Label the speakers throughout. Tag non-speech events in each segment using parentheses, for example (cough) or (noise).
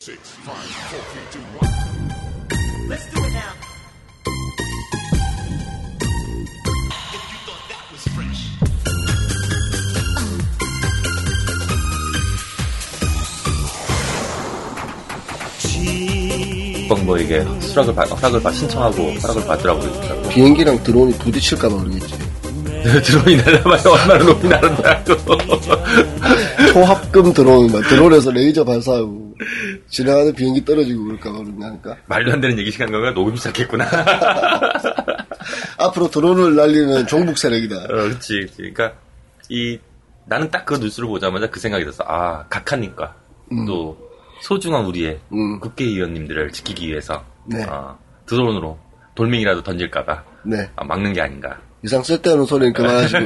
Speaker 1: Six, five, four, three, two, one.
Speaker 2: Let's do it now.
Speaker 3: If you thought that was fresh.
Speaker 4: 벙버에게 뭐 수락을 받, 허락을 받, 신청하고 허락을 받으라고 그러더라고.
Speaker 5: 비행기랑 드론이 부딪힐까봐 그러겠지.
Speaker 4: 드론이 날라봐야 (laughs) 얼마나 높이 날아다고.
Speaker 5: 초합금 드론이나 드론에서 레이저 발사하고 지나가는 비행기 떨어지고 그럴까봐 그런다니까.
Speaker 4: (laughs) 말도 안 되는 얘기 시간 건가? 녹음 시작했구나. (laughs)
Speaker 5: 앞으로 드론을 날리는 종북 세력이다.
Speaker 4: 어, 그렇지, 그렇지. 그러니까 이 나는 딱 그 뉴스를 보자마자 그 생각이 들었어. 아, 각하님과 또 소중한 우리의
Speaker 5: 음.
Speaker 4: 국회의원님들을 지키기 위해서
Speaker 5: 네.
Speaker 4: 아, 드론으로 돌멩이라도 던질까봐
Speaker 5: 네.
Speaker 4: 아, 막는 게 (laughs) 아닌가.
Speaker 5: 이상 쓸데없는 소리는 그만하시고.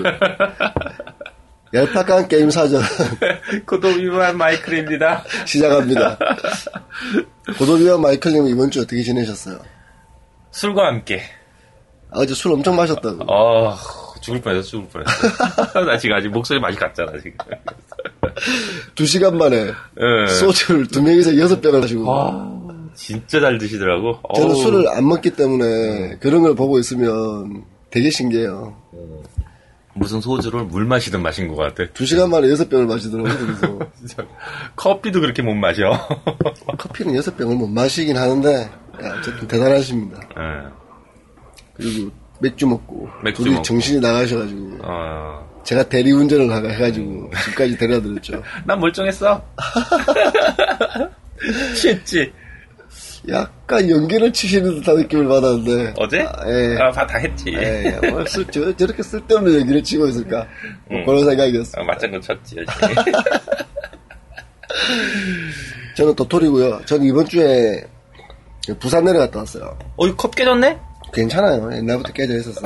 Speaker 5: 얄팍한 게임 사전 (laughs)
Speaker 4: 고도비만 마이클입니다.
Speaker 5: 시작합니다. 고도비와 마이클님 이번 주 어떻게 지내셨어요?
Speaker 4: 술과 함께.
Speaker 5: 아, 어제 술 엄청 마셨다고.
Speaker 4: 아 죽을 뻔했어, 죽을 뻔했어. (laughs) 나 지금 아직 목소리 많이 갔잖아, 지금.
Speaker 5: 두 시간 만에
Speaker 4: 예.
Speaker 5: 소주를 두 명이서 여섯 병을 마시고.
Speaker 4: 아, 진짜 잘 드시더라고.
Speaker 5: 저는
Speaker 4: 어우,
Speaker 5: 술을 안 먹기 때문에 그런 걸 보고 있으면 되게 신기해요.
Speaker 4: 무슨 소주를 물 마시든 마신 것 같아.
Speaker 5: 두 시간 만에 여섯 병을 마시더라고요. 그래서
Speaker 4: 진짜 (laughs) 커피도 그렇게 못 마셔. (laughs)
Speaker 5: 커피는 여섯 병을 못 마시긴 하는데 야, 어쨌든 대단하십니다.
Speaker 4: 예.
Speaker 5: 그리고 맥주 먹고
Speaker 4: 맥주
Speaker 5: 둘이
Speaker 4: 먹고.
Speaker 5: 정신이 나가셔가지고
Speaker 4: 어,
Speaker 5: 제가 대리운전을 하- 해가지고 집까지 데려다드렸죠.
Speaker 4: 난 멀쩡했어. (laughs) 취했지.
Speaker 5: 약간 연기를 치시는 듯한 느낌을 받았는데
Speaker 4: 어제?
Speaker 5: 아, 예.
Speaker 4: 아, 다 했지.
Speaker 5: 예, 예. 뭐 쓸- 저, 저렇게 쓸데없는 연기를 치고 있을까? 뭐
Speaker 4: 음.
Speaker 5: 그런 생각이었어요.
Speaker 4: 아, 맞장구 쳤지.
Speaker 5: 저는 도토리고요. 저는 이번 주에 부산 내려갔다 왔어요.
Speaker 4: (laughs) 어, 이컵 깨졌네?
Speaker 5: 괜찮아요. 옛날부터 깨져 있었어요.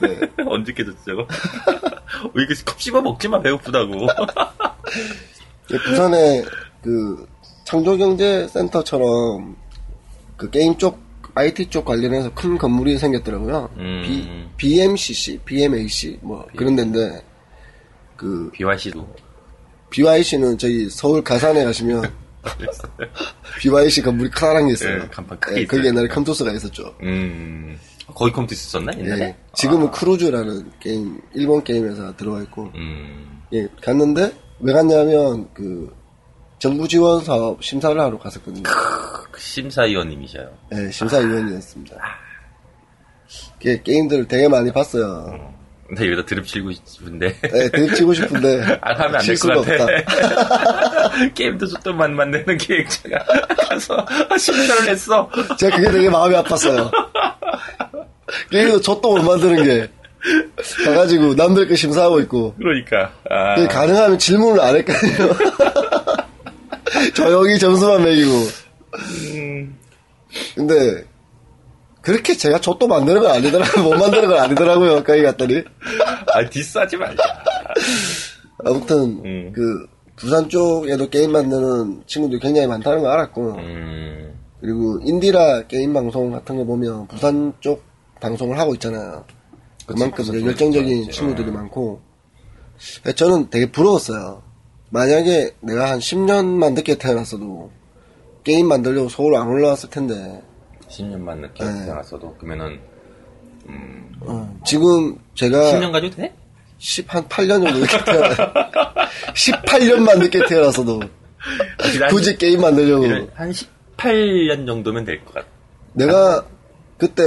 Speaker 5: 네.
Speaker 4: (laughs) 언제 깨졌지, 저거? (laughs) 어, 이거 컵 씹어 먹지 마, 배고프다고. (laughs)
Speaker 5: 부산에 그 창조경제센터처럼 그 게임 쪽 IT 쪽 관련해서 큰 건물이 생겼더라고요.
Speaker 4: 음.
Speaker 5: B, BMCC, BMAC 뭐 그런 데인데 그
Speaker 4: BYC도.
Speaker 5: BYC는 저기 서울
Speaker 4: (laughs)
Speaker 5: 가산에 가시면 BYC 건물이 커다란 게 있어요.
Speaker 4: 예, 간판 크게 있어요.
Speaker 5: 거기 옛날에 컴투스가 있었죠.
Speaker 4: 음. 거기 컴퓨터 있었나, 옛날에? 아.
Speaker 5: 예, 지금은 크루즈라는 게임 일본 게임 회사 들어와 있고
Speaker 4: 음.
Speaker 5: 예, 갔는데 왜 갔냐면 그 정부 지원 사업 심사를 하러 갔었거든요.
Speaker 4: 그 심사위원님이셔요.
Speaker 5: 예, 심사위원이었습니다. 게, 게임들을 되게 많이 봤어요.
Speaker 4: 나 네, 여기다 드립치고 싶은데.
Speaker 5: 예,
Speaker 4: (laughs)
Speaker 5: 대입치고 싶은데
Speaker 4: 안 아, 하면 안
Speaker 5: 칠
Speaker 4: 될
Speaker 5: 수가
Speaker 4: 것
Speaker 5: 없다.
Speaker 4: 같아. (laughs) 게임도 좋던 만 만드는 기획자가 (laughs) 가서 심사를 했어.
Speaker 5: 제가 그게 되게 마음이 아팠어요. 게임도 저도 못 만드는 게 가가지고 남들 거 심사하고 있고
Speaker 4: 그러니까. 아,
Speaker 5: 예, 가능하면 질문을 안 했거든요. (laughs) 조용히 점수만 매기고.
Speaker 4: 음.
Speaker 5: 근데 그렇게 제가 저도 만드는 건 아니더라고요. 못 만드는 건 아니더라고요. 가까이 갔더니.
Speaker 4: 아, 디스하지 말자.
Speaker 5: 아무튼
Speaker 4: 음.
Speaker 5: 그 부산 쪽에도 게임 만드는 친구들이 굉장히 많다는 걸 알았고
Speaker 4: 음,
Speaker 5: 그리고 인디라 게임 방송 같은 거 보면 부산 쪽 방송을 하고 있잖아요. 그만큼
Speaker 4: 부산 쪽에
Speaker 5: 열정적인
Speaker 4: 있지.
Speaker 5: 친구들이 많고 저는 되게 부러웠어요. 만약에 내가 한 10년만 늦게 태어났어도 게임 만들려고 서울 안 올라왔을 텐데
Speaker 4: 10년만 늦게
Speaker 5: 네.
Speaker 4: 태어났어도 그러면은
Speaker 5: 어, 지금 제가
Speaker 4: 10년 가지고 돼?
Speaker 5: 10, 한 8년 정도 늦게 태어나 (laughs) 18년만 늦게 태어났어도 굳이 게임 만들려고
Speaker 4: 한 18년 정도면 될 것 같아.
Speaker 5: 내가 그때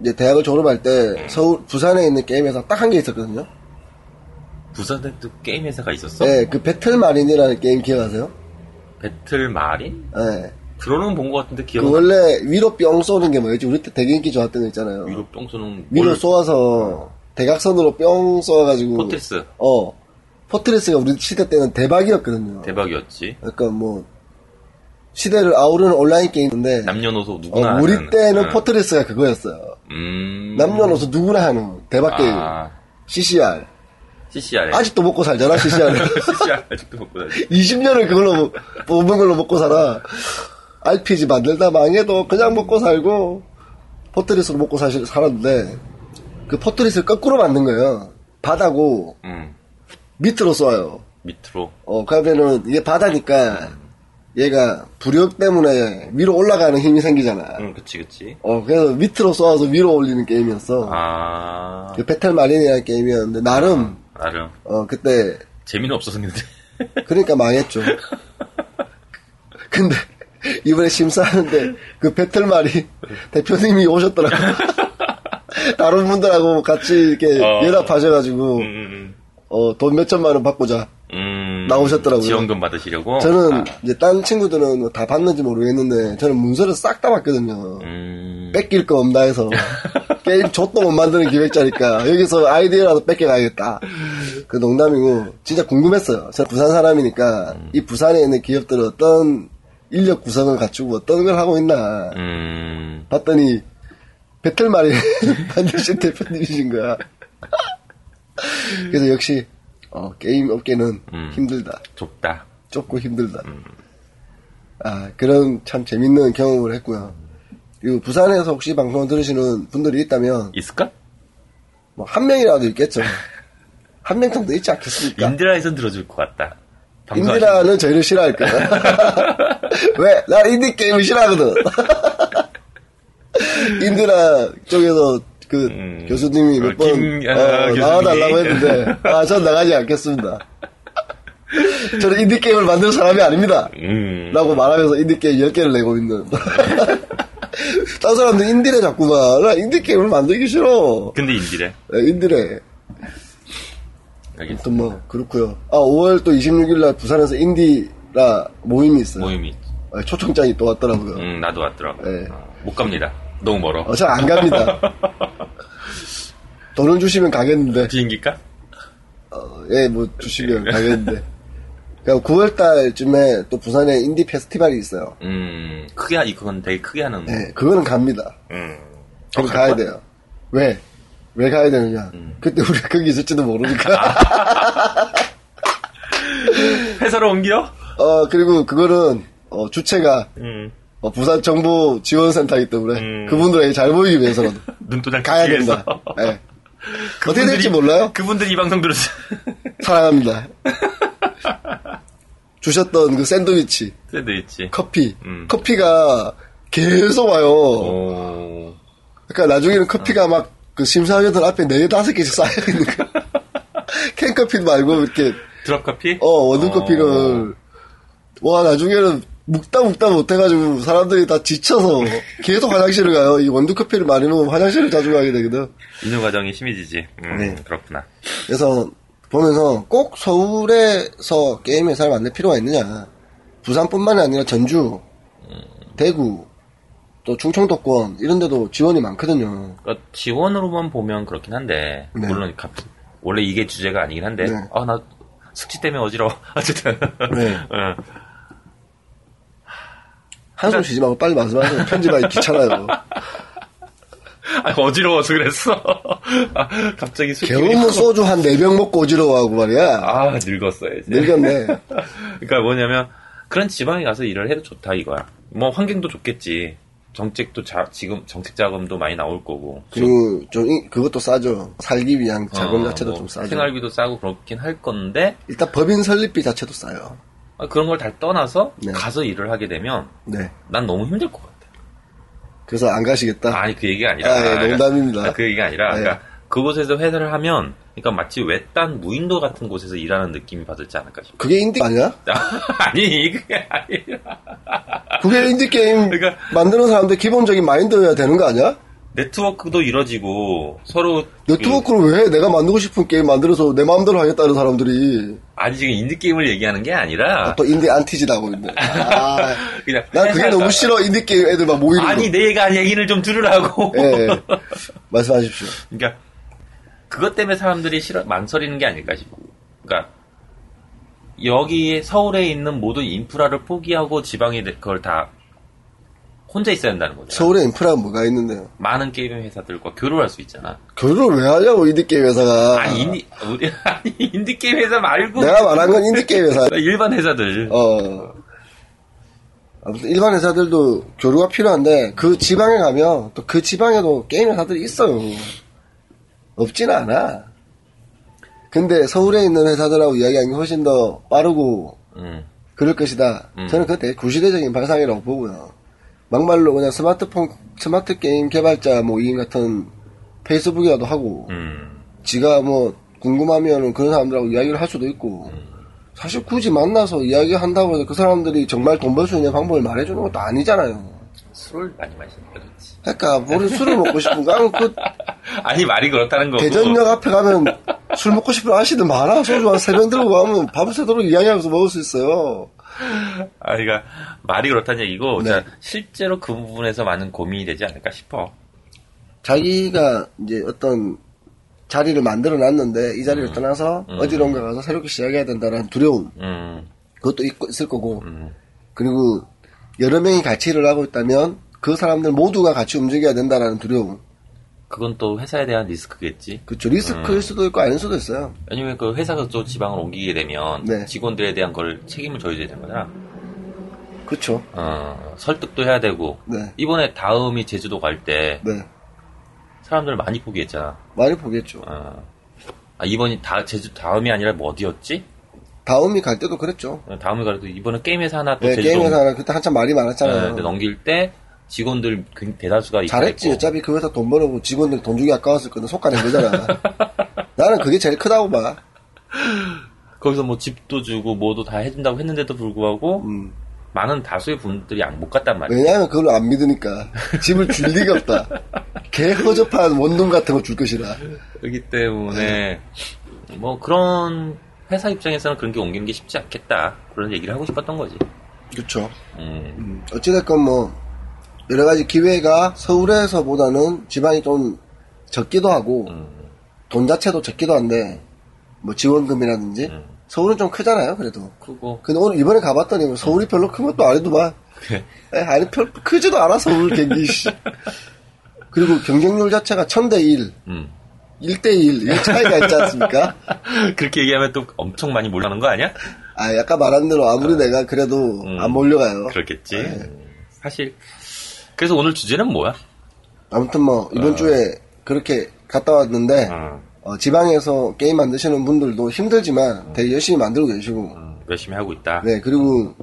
Speaker 5: 이제 대학을 졸업할 때 서울 부산에 있는 게임 회사 딱 한 개 있었거든요.
Speaker 4: 부산에도 게임 회사가 있었어?
Speaker 5: 네, 그 배틀 마린이라는 게임 기억하세요?
Speaker 4: 배틀 마린?
Speaker 5: 네.
Speaker 4: 들어는 본 것 같은데
Speaker 5: 그
Speaker 4: 기억은 안
Speaker 5: 원래 위로 뿅 쏘는 게 뭐였지? 우리 때 되게 인기 좋았던 거 있잖아요.
Speaker 4: 나. 위로 뿅 쏘는
Speaker 5: 위로
Speaker 4: 볼-
Speaker 5: 쏘아서 대각선으로 뿅 쏘아가지고
Speaker 4: 포트리스
Speaker 5: 어 포트리스가 우리 시대 때는 대박이었거든요.
Speaker 4: 대박이었지.
Speaker 5: 그러니까 뭐 시대를 아우르는 온라인 게임인데
Speaker 4: 남녀노소
Speaker 5: 어,
Speaker 4: 누구나
Speaker 5: 우리
Speaker 4: 하는.
Speaker 5: 때는
Speaker 4: 응.
Speaker 5: 포트리스가 그거였어요.
Speaker 4: 음.
Speaker 5: 남녀노소 누구나 하는 대박 게임
Speaker 4: 아,
Speaker 5: CCR
Speaker 4: CCR.
Speaker 5: 아직도 먹고 살잖아 (laughs) CCR.
Speaker 4: CCR 아직도 먹고 다니.
Speaker 5: 20년을 그걸로 먹는 걸로 먹고 살아. RPG 만들다 망해도 그냥 먹고 살고 포트리스로 먹고 사실 살았는데 그 포트리스를 거꾸로 만든 거예요. 바다고
Speaker 4: 음.
Speaker 5: 밑으로 쏘아요.
Speaker 4: 밑으로.
Speaker 5: 어 그러면은 이게 바다니까 얘가 부력 때문에 위로 올라가는 힘이 생기잖아.
Speaker 4: 응, 음, 그치, 그치.
Speaker 5: 어, 그래서 밑으로 쏘아서 위로 올리는 게임이었어.
Speaker 4: 아,
Speaker 5: 그 배틀 마린이라는 게임이었는데, 나름,
Speaker 4: 나름.
Speaker 5: 어, 그때,
Speaker 4: 재미는 없었는데.
Speaker 5: 그러니까 망했죠. 근데, 이번에 심사하는데, 그
Speaker 4: (laughs)
Speaker 5: 배틀 마린 대표님이 오셨더라고. 다른 분들하고 같이 이렇게
Speaker 4: 어.
Speaker 5: 연합하셔가지고,
Speaker 4: 음,
Speaker 5: 어, 돈 몇천만 원 받고자.
Speaker 4: 음.
Speaker 5: 나오셨더라고요.
Speaker 4: 지원금 받으시려고?
Speaker 5: 저는,
Speaker 4: 아,
Speaker 5: 이제, 딴 친구들은 뭐다 봤는지 모르겠는데, 저는 문서를 싹 다 봤거든요.
Speaker 4: 음.
Speaker 5: 뺏길 거
Speaker 4: (laughs)
Speaker 5: 없나 해서 게임 좆도 못 만드는 기획자니까 여기서 아이디어라도 뺏겨가야겠다 그 농담이고 진짜 궁금했어요 제가 부산 사람이니까
Speaker 4: 음.
Speaker 5: 이 부산에 있는 기업들은 어떤 인력 구성을 갖추고 어떤 걸 하고 있나
Speaker 4: 음.
Speaker 5: 봤더니 배틀마리 (laughs) 반드시 대표님이신
Speaker 4: (laughs)
Speaker 5: 거야 그래서 역시 어, 게임 업계는
Speaker 4: 음.
Speaker 5: 힘들다
Speaker 4: 좁다.
Speaker 5: 좁고 힘들다. 아, 그런 참 재밌는 경험을 했고요. 그리고 부산에서 혹시 방송을 들으시는 분들이 있다면,
Speaker 4: 있을까?
Speaker 5: 뭐, 한 명이라도
Speaker 4: (laughs)
Speaker 5: 있겠죠. 한 명 정도 있지 않겠습니까?
Speaker 4: 인디라에선 들어줄 것 같다. 방송하시는
Speaker 5: 그러니까 인디라는 저희를
Speaker 4: (laughs)
Speaker 5: 싫어할 거야. 왜? 나 인디 게임을 싫어하거든.
Speaker 4: (laughs)
Speaker 5: 인디라 쪽에서 그
Speaker 4: 음,
Speaker 5: 교수님이
Speaker 4: 어,
Speaker 5: 몇 번
Speaker 4: 김, 아, 교수님이.
Speaker 5: 나와달라고 했는데, 아, 전 나가지 않겠습니다.
Speaker 4: (laughs)
Speaker 5: 저는 인디 게임을 만들 사람이 아닙니다.
Speaker 4: 음.
Speaker 5: 라고 말하면서 인디게임 10개를 내고 있는. (laughs) 딴 사람들 인디래 자꾸만. 나 인디게임을 만들기 싫어.
Speaker 4: 근데 인디래.
Speaker 5: 네, 인디래.
Speaker 4: 알겠어.
Speaker 5: 아무튼 뭐, 그렇고요 아, 5월 또 26일날 부산에서 인디라 모임이 있어요.
Speaker 4: 모임이. 있지.
Speaker 5: 아, 초청장이 또 왔더라고요.
Speaker 4: 음, 나도 왔더라고.
Speaker 5: 네.
Speaker 4: 어, 못 갑니다. 너무 멀어.
Speaker 5: 어, 잘
Speaker 4: (laughs)
Speaker 5: 안 갑니다. 돈을 주시면 가겠는데.
Speaker 4: 비행기까?
Speaker 5: 어, 예, 뭐, 주시면 가겠는데. 그러니까 9월달쯤에 또 부산에 인디 페스티벌이 있어요.
Speaker 4: 음, 크게, 하- 이건 되게 크게 하는.
Speaker 5: 네, 그거는 갑니다.
Speaker 4: 음.
Speaker 5: 그럼
Speaker 4: 어, 음.
Speaker 5: 가야
Speaker 4: 갈 거야?
Speaker 5: 돼요. 왜? 왜 가야 되느냐? 그때 우리 거기 있을지도 모르니까. (laughs)
Speaker 4: 회사로 옮겨?
Speaker 5: 어, 그리고 그거는, 어, 주체가,
Speaker 4: 음.
Speaker 5: 어, 부산 정보 지원센터이기 때문에,
Speaker 4: 음.
Speaker 5: 그분들에게 잘 보이기 위해서라도,
Speaker 4: (laughs) 눈도장
Speaker 5: 가야
Speaker 4: 찍기 위해서.
Speaker 5: 된다. 예. 어떻게
Speaker 4: (laughs)
Speaker 5: 될지 몰라요?
Speaker 4: 그분들이 이 방송 들었어. (laughs)
Speaker 5: 사랑합니다. 주셨던 그 샌드위치,
Speaker 4: 쟤도 있지.
Speaker 5: 커피.
Speaker 4: 음. 어.
Speaker 5: 커피가 계속 와요.
Speaker 4: 오.
Speaker 5: 그러니까 나중에는 커피가 막 그 심사위원들 앞에 네 다섯 개씩 쌓여 있는
Speaker 4: (laughs)
Speaker 5: 거야. 캔커피 말고 이렇게
Speaker 4: 드랍 커피?
Speaker 5: 어, 원두 커피를. 와, 나중에는 묵다 묵다 못해가지고 사람들이 다 지쳐서 계속 화장실을 가요. 이 원두 커피를 많이 먹으면 화장실을 자주 가게 되거든.
Speaker 4: 인후 과정이 심해지지. 음,
Speaker 5: 네.
Speaker 4: 그렇구나.
Speaker 5: 그래서 보면서 꼭 서울에서 게임 회사를 만들 필요가 있느냐. 부산뿐만이 아니라 전주, 대구, 또 충청도권 이런 데도 지원이 많거든요.
Speaker 4: 그러니까 지원으로만 보면 그렇긴 한데
Speaker 5: 네.
Speaker 4: 물론 갑- 원래 이게 주제가 아니긴 한데
Speaker 5: 네.
Speaker 4: 아 나 숙취 때문에 어지러워 (laughs) 어쨌든
Speaker 5: 네.
Speaker 4: 어.
Speaker 5: 한숨 쉬지 말고 빨리 말씀하세요. 편집하기 귀찮아요.
Speaker 4: 아, 어지러워서 그랬어 (laughs) 아, 갑자기 숙취
Speaker 5: (laughs) 개운무 소주 한 네 병 먹고 어지러워하고 말이야.
Speaker 4: (laughs) 아 늙었어요 이제
Speaker 5: 늙었네.
Speaker 4: (laughs) 그러니까 뭐냐면 그런 지방에 가서 일을 해도 좋다 이거야 뭐 환경도 좋겠지 정책도 자, 지금 정책 자금도 많이 나올 거고
Speaker 5: 그리고 좀 이- 그것도 싸죠. 살기 위한 자금
Speaker 4: 어,
Speaker 5: 자체도
Speaker 4: 뭐
Speaker 5: 좀 싸죠.
Speaker 4: 생활비도 싸고 그렇긴 할 건데
Speaker 5: 일단 법인 설립비 자체도 싸요.
Speaker 4: 아, 그런 걸 다 떠나서
Speaker 5: 네.
Speaker 4: 가서 일을 하게 되면
Speaker 5: 네.
Speaker 4: 난 너무 힘들 것 같아.
Speaker 5: 그래서 안 가시겠다.
Speaker 4: 아니 그 얘기가 아니라
Speaker 5: 아, 예, 농담입니다.
Speaker 4: 아, 그 얘기가 아니라
Speaker 5: 예.
Speaker 4: 그러니까 그곳에서 회사를 하면 그러니까 마치 외딴 무인도 같은 곳에서 일하는 느낌이 받을지 않을까 싶어. (laughs)
Speaker 5: 그게 인디 아니야?
Speaker 4: 아니 그게 아니라
Speaker 5: 그게 인디
Speaker 4: (laughs)
Speaker 5: 게임
Speaker 4: 그러니까-
Speaker 5: 만드는 사람들 기본적인 마인드여야 되는 거 아니야?
Speaker 4: 네트워크도 이뤄지고 서로 그-
Speaker 5: 네트워크를 왜 내가 만들고 싶은 게임 만들어서 내 마음대로 하겠다는 사람들이
Speaker 4: 아니 지금 인디 게임을 얘기하는 게 아니라
Speaker 5: 또 인디 안티지다고 있네. 아,
Speaker 4: (laughs) 그냥
Speaker 5: 난 그게
Speaker 4: 회사가-
Speaker 5: 너무 싫어. 인디 게임 애들 막 모이는
Speaker 4: 아니
Speaker 5: 거.
Speaker 4: 내 얘기 안 얘기를 좀 들으라고.
Speaker 5: 예, 예.
Speaker 4: (laughs)
Speaker 5: 말씀하십시오.
Speaker 4: 그러니까 그것 때문에 사람들이 싫어 망설이는 게 아닐까 싶어. 그러니까 여기 서울에 있는 모든 인프라를 포기하고 지방에 그걸 다 혼자 있어야 한다는 거죠.
Speaker 5: 서울에 인프라가 뭐가 있는데요?
Speaker 4: 많은 게임 회사들과 교류할 수 있잖아.
Speaker 5: 결혼을 왜 하냐고 인디 게임 회사가.
Speaker 4: 아니 인디 우리 (laughs) 아니 인디 게임 회사 말고
Speaker 5: 내가 말한 건 인디 게임 회사.
Speaker 4: (laughs) 일반 회사들.
Speaker 5: 어. 아무튼 일반 회사들도 교류가 필요한데 그 지방에 가면 또 그 지방에도 게임 회사들이 있어요. 없진 않아. 근데 서울에 있는 회사들하고 이야기하는 게 훨씬 더 빠르고
Speaker 4: 음.
Speaker 5: 그럴 것이다. 저는 그거 되게 구시대적인 발상이라고 보고요. 막말로 그냥 스마트폰, 스마트 게임 개발자 뭐 이인 같은 페이스북이라도 하고,
Speaker 4: 음,
Speaker 5: 지가 뭐 궁금하면 그런 사람들하고 이야기를 할 수도 있고, 사실 굳이 만나서 이야기한다고 해서 그 사람들이 정말 돈 벌 수 있는 방법을 말해주는 것도 아니잖아요.
Speaker 4: 술을 많이 마시니까 그렇지.
Speaker 5: 그러니까, 모르 술을 먹고 싶은가? 하면 그
Speaker 4: 아니, 말이 그렇다는 거고.
Speaker 5: 대전역 앞에 가면 술 먹고 싶은 아저씨들 많아. 소주 한 세 병 들고 가면 밤새도록 이야기하면서 먹을 수 있어요.
Speaker 4: 아, 그러니까 말이 그렇다는 얘기고,
Speaker 5: 네.
Speaker 4: 자, 실제로 그 부분에서 많은 고민이 되지 않을까 싶어.
Speaker 5: 자기가 이제 어떤 자리를 만들어 놨는데 이 자리를 떠나서 어디론가 가서 새롭게 시작해야 된다는 두려움
Speaker 4: 음,
Speaker 5: 그것도 있고 있을 거고
Speaker 4: 음.
Speaker 5: 그리고 여러 명이 같이 일을 하고 있다면 그 사람들 모두가 같이 움직여야 된다는 두려움
Speaker 4: 그건 또 회사에 대한 리스크겠지.
Speaker 5: 그쵸 리스크일
Speaker 4: 음.
Speaker 5: 수도 있고 아닐 수도 있어요
Speaker 4: 왜냐면 그 회사가 또 지방을 옮기게 되면
Speaker 5: 네.
Speaker 4: 직원들에 대한 걸 책임을 져야 되는 거잖아.
Speaker 5: 그쵸
Speaker 4: 어, 설득도 해야 되고.
Speaker 5: 네.
Speaker 4: 이번에 다음이 제주도 갈 때
Speaker 5: 네
Speaker 4: 사람들 많이 포기했잖아.
Speaker 5: 많이 보겠죠
Speaker 4: 어. 아, 이번이 다 제주 다음이 아니라 뭐 어디였지?
Speaker 5: 다음이 갈 때도 그랬죠
Speaker 4: 어, 다음을 가도 이번에 게임회사 하나 또
Speaker 5: 네,
Speaker 4: 제주도
Speaker 5: 게임 회사는 그때 한참 말이
Speaker 4: 어,
Speaker 5: 많았잖아요
Speaker 4: 근데 넘길 때 직원들 굉- 대다수가
Speaker 5: 잘했지.
Speaker 4: 입사했고.
Speaker 5: 어차피 그 회사 돈 벌어고 직원들 돈 주기 아까웠을 거는
Speaker 4: (laughs)
Speaker 5: 속가는 거잖아. 나는 그게 제일 크다고 봐.
Speaker 4: 거기서 뭐 집도 주고 뭐도 다 해준다고 했는데도 불구하고
Speaker 5: 음.
Speaker 4: 많은 다수의 분들이 안 못 갔단 말이야.
Speaker 5: 왜냐하면 그걸 안 믿으니까. 집을 줄 리가 없다. 개 허접한 원룸 같은 거 줄 것이라.
Speaker 4: 그렇기 때문에 뭐 그런 회사 입장에서는 그런 게 옮기는 게 쉽지 않겠다 그런 얘기를 하고 싶었던 거지.
Speaker 5: 그쵸.
Speaker 4: 음,
Speaker 5: 음. 어찌됐건 뭐, 여러 가지 기회가 서울에서보다는 지방이 좀 적기도 하고,
Speaker 4: 음.
Speaker 5: 돈 자체도 적기도 한데, 뭐 지원금이라든지,
Speaker 4: 음.
Speaker 5: 서울은 좀 크잖아요, 그래도.
Speaker 4: 크고
Speaker 5: 근데 오늘 이번에 가봤더니 뭐
Speaker 4: 음.
Speaker 5: 서울이 별로 큰 것도 아니더만. 에, 아니, 별, 크지도 않아, 서울
Speaker 4: (laughs)
Speaker 5: 경기, 씨. 그리고 경쟁률 자체가 1000대1,
Speaker 4: 음.
Speaker 5: 1대1, 이 차이가 있지 않습니까?
Speaker 4: (laughs) 그렇게 얘기하면 또 엄청 많이 몰라는 거 아니야?
Speaker 5: 아, 약간 말한 대로 아무리 내가 그래도
Speaker 4: 음.
Speaker 5: 안 몰려가요.
Speaker 4: 그렇겠지.
Speaker 5: 네.
Speaker 4: 음, 사실 그래서 오늘 주제는 뭐야?
Speaker 5: 아무튼 뭐, 이번 주에 그렇게 갔다 왔는데,
Speaker 4: 음,
Speaker 5: 어, 지방에서 게임 만드시는 분들도 힘들지만 되게 열심히 만들고 계시고,
Speaker 4: 음, 열심히 하고 있다.
Speaker 5: 네, 그리고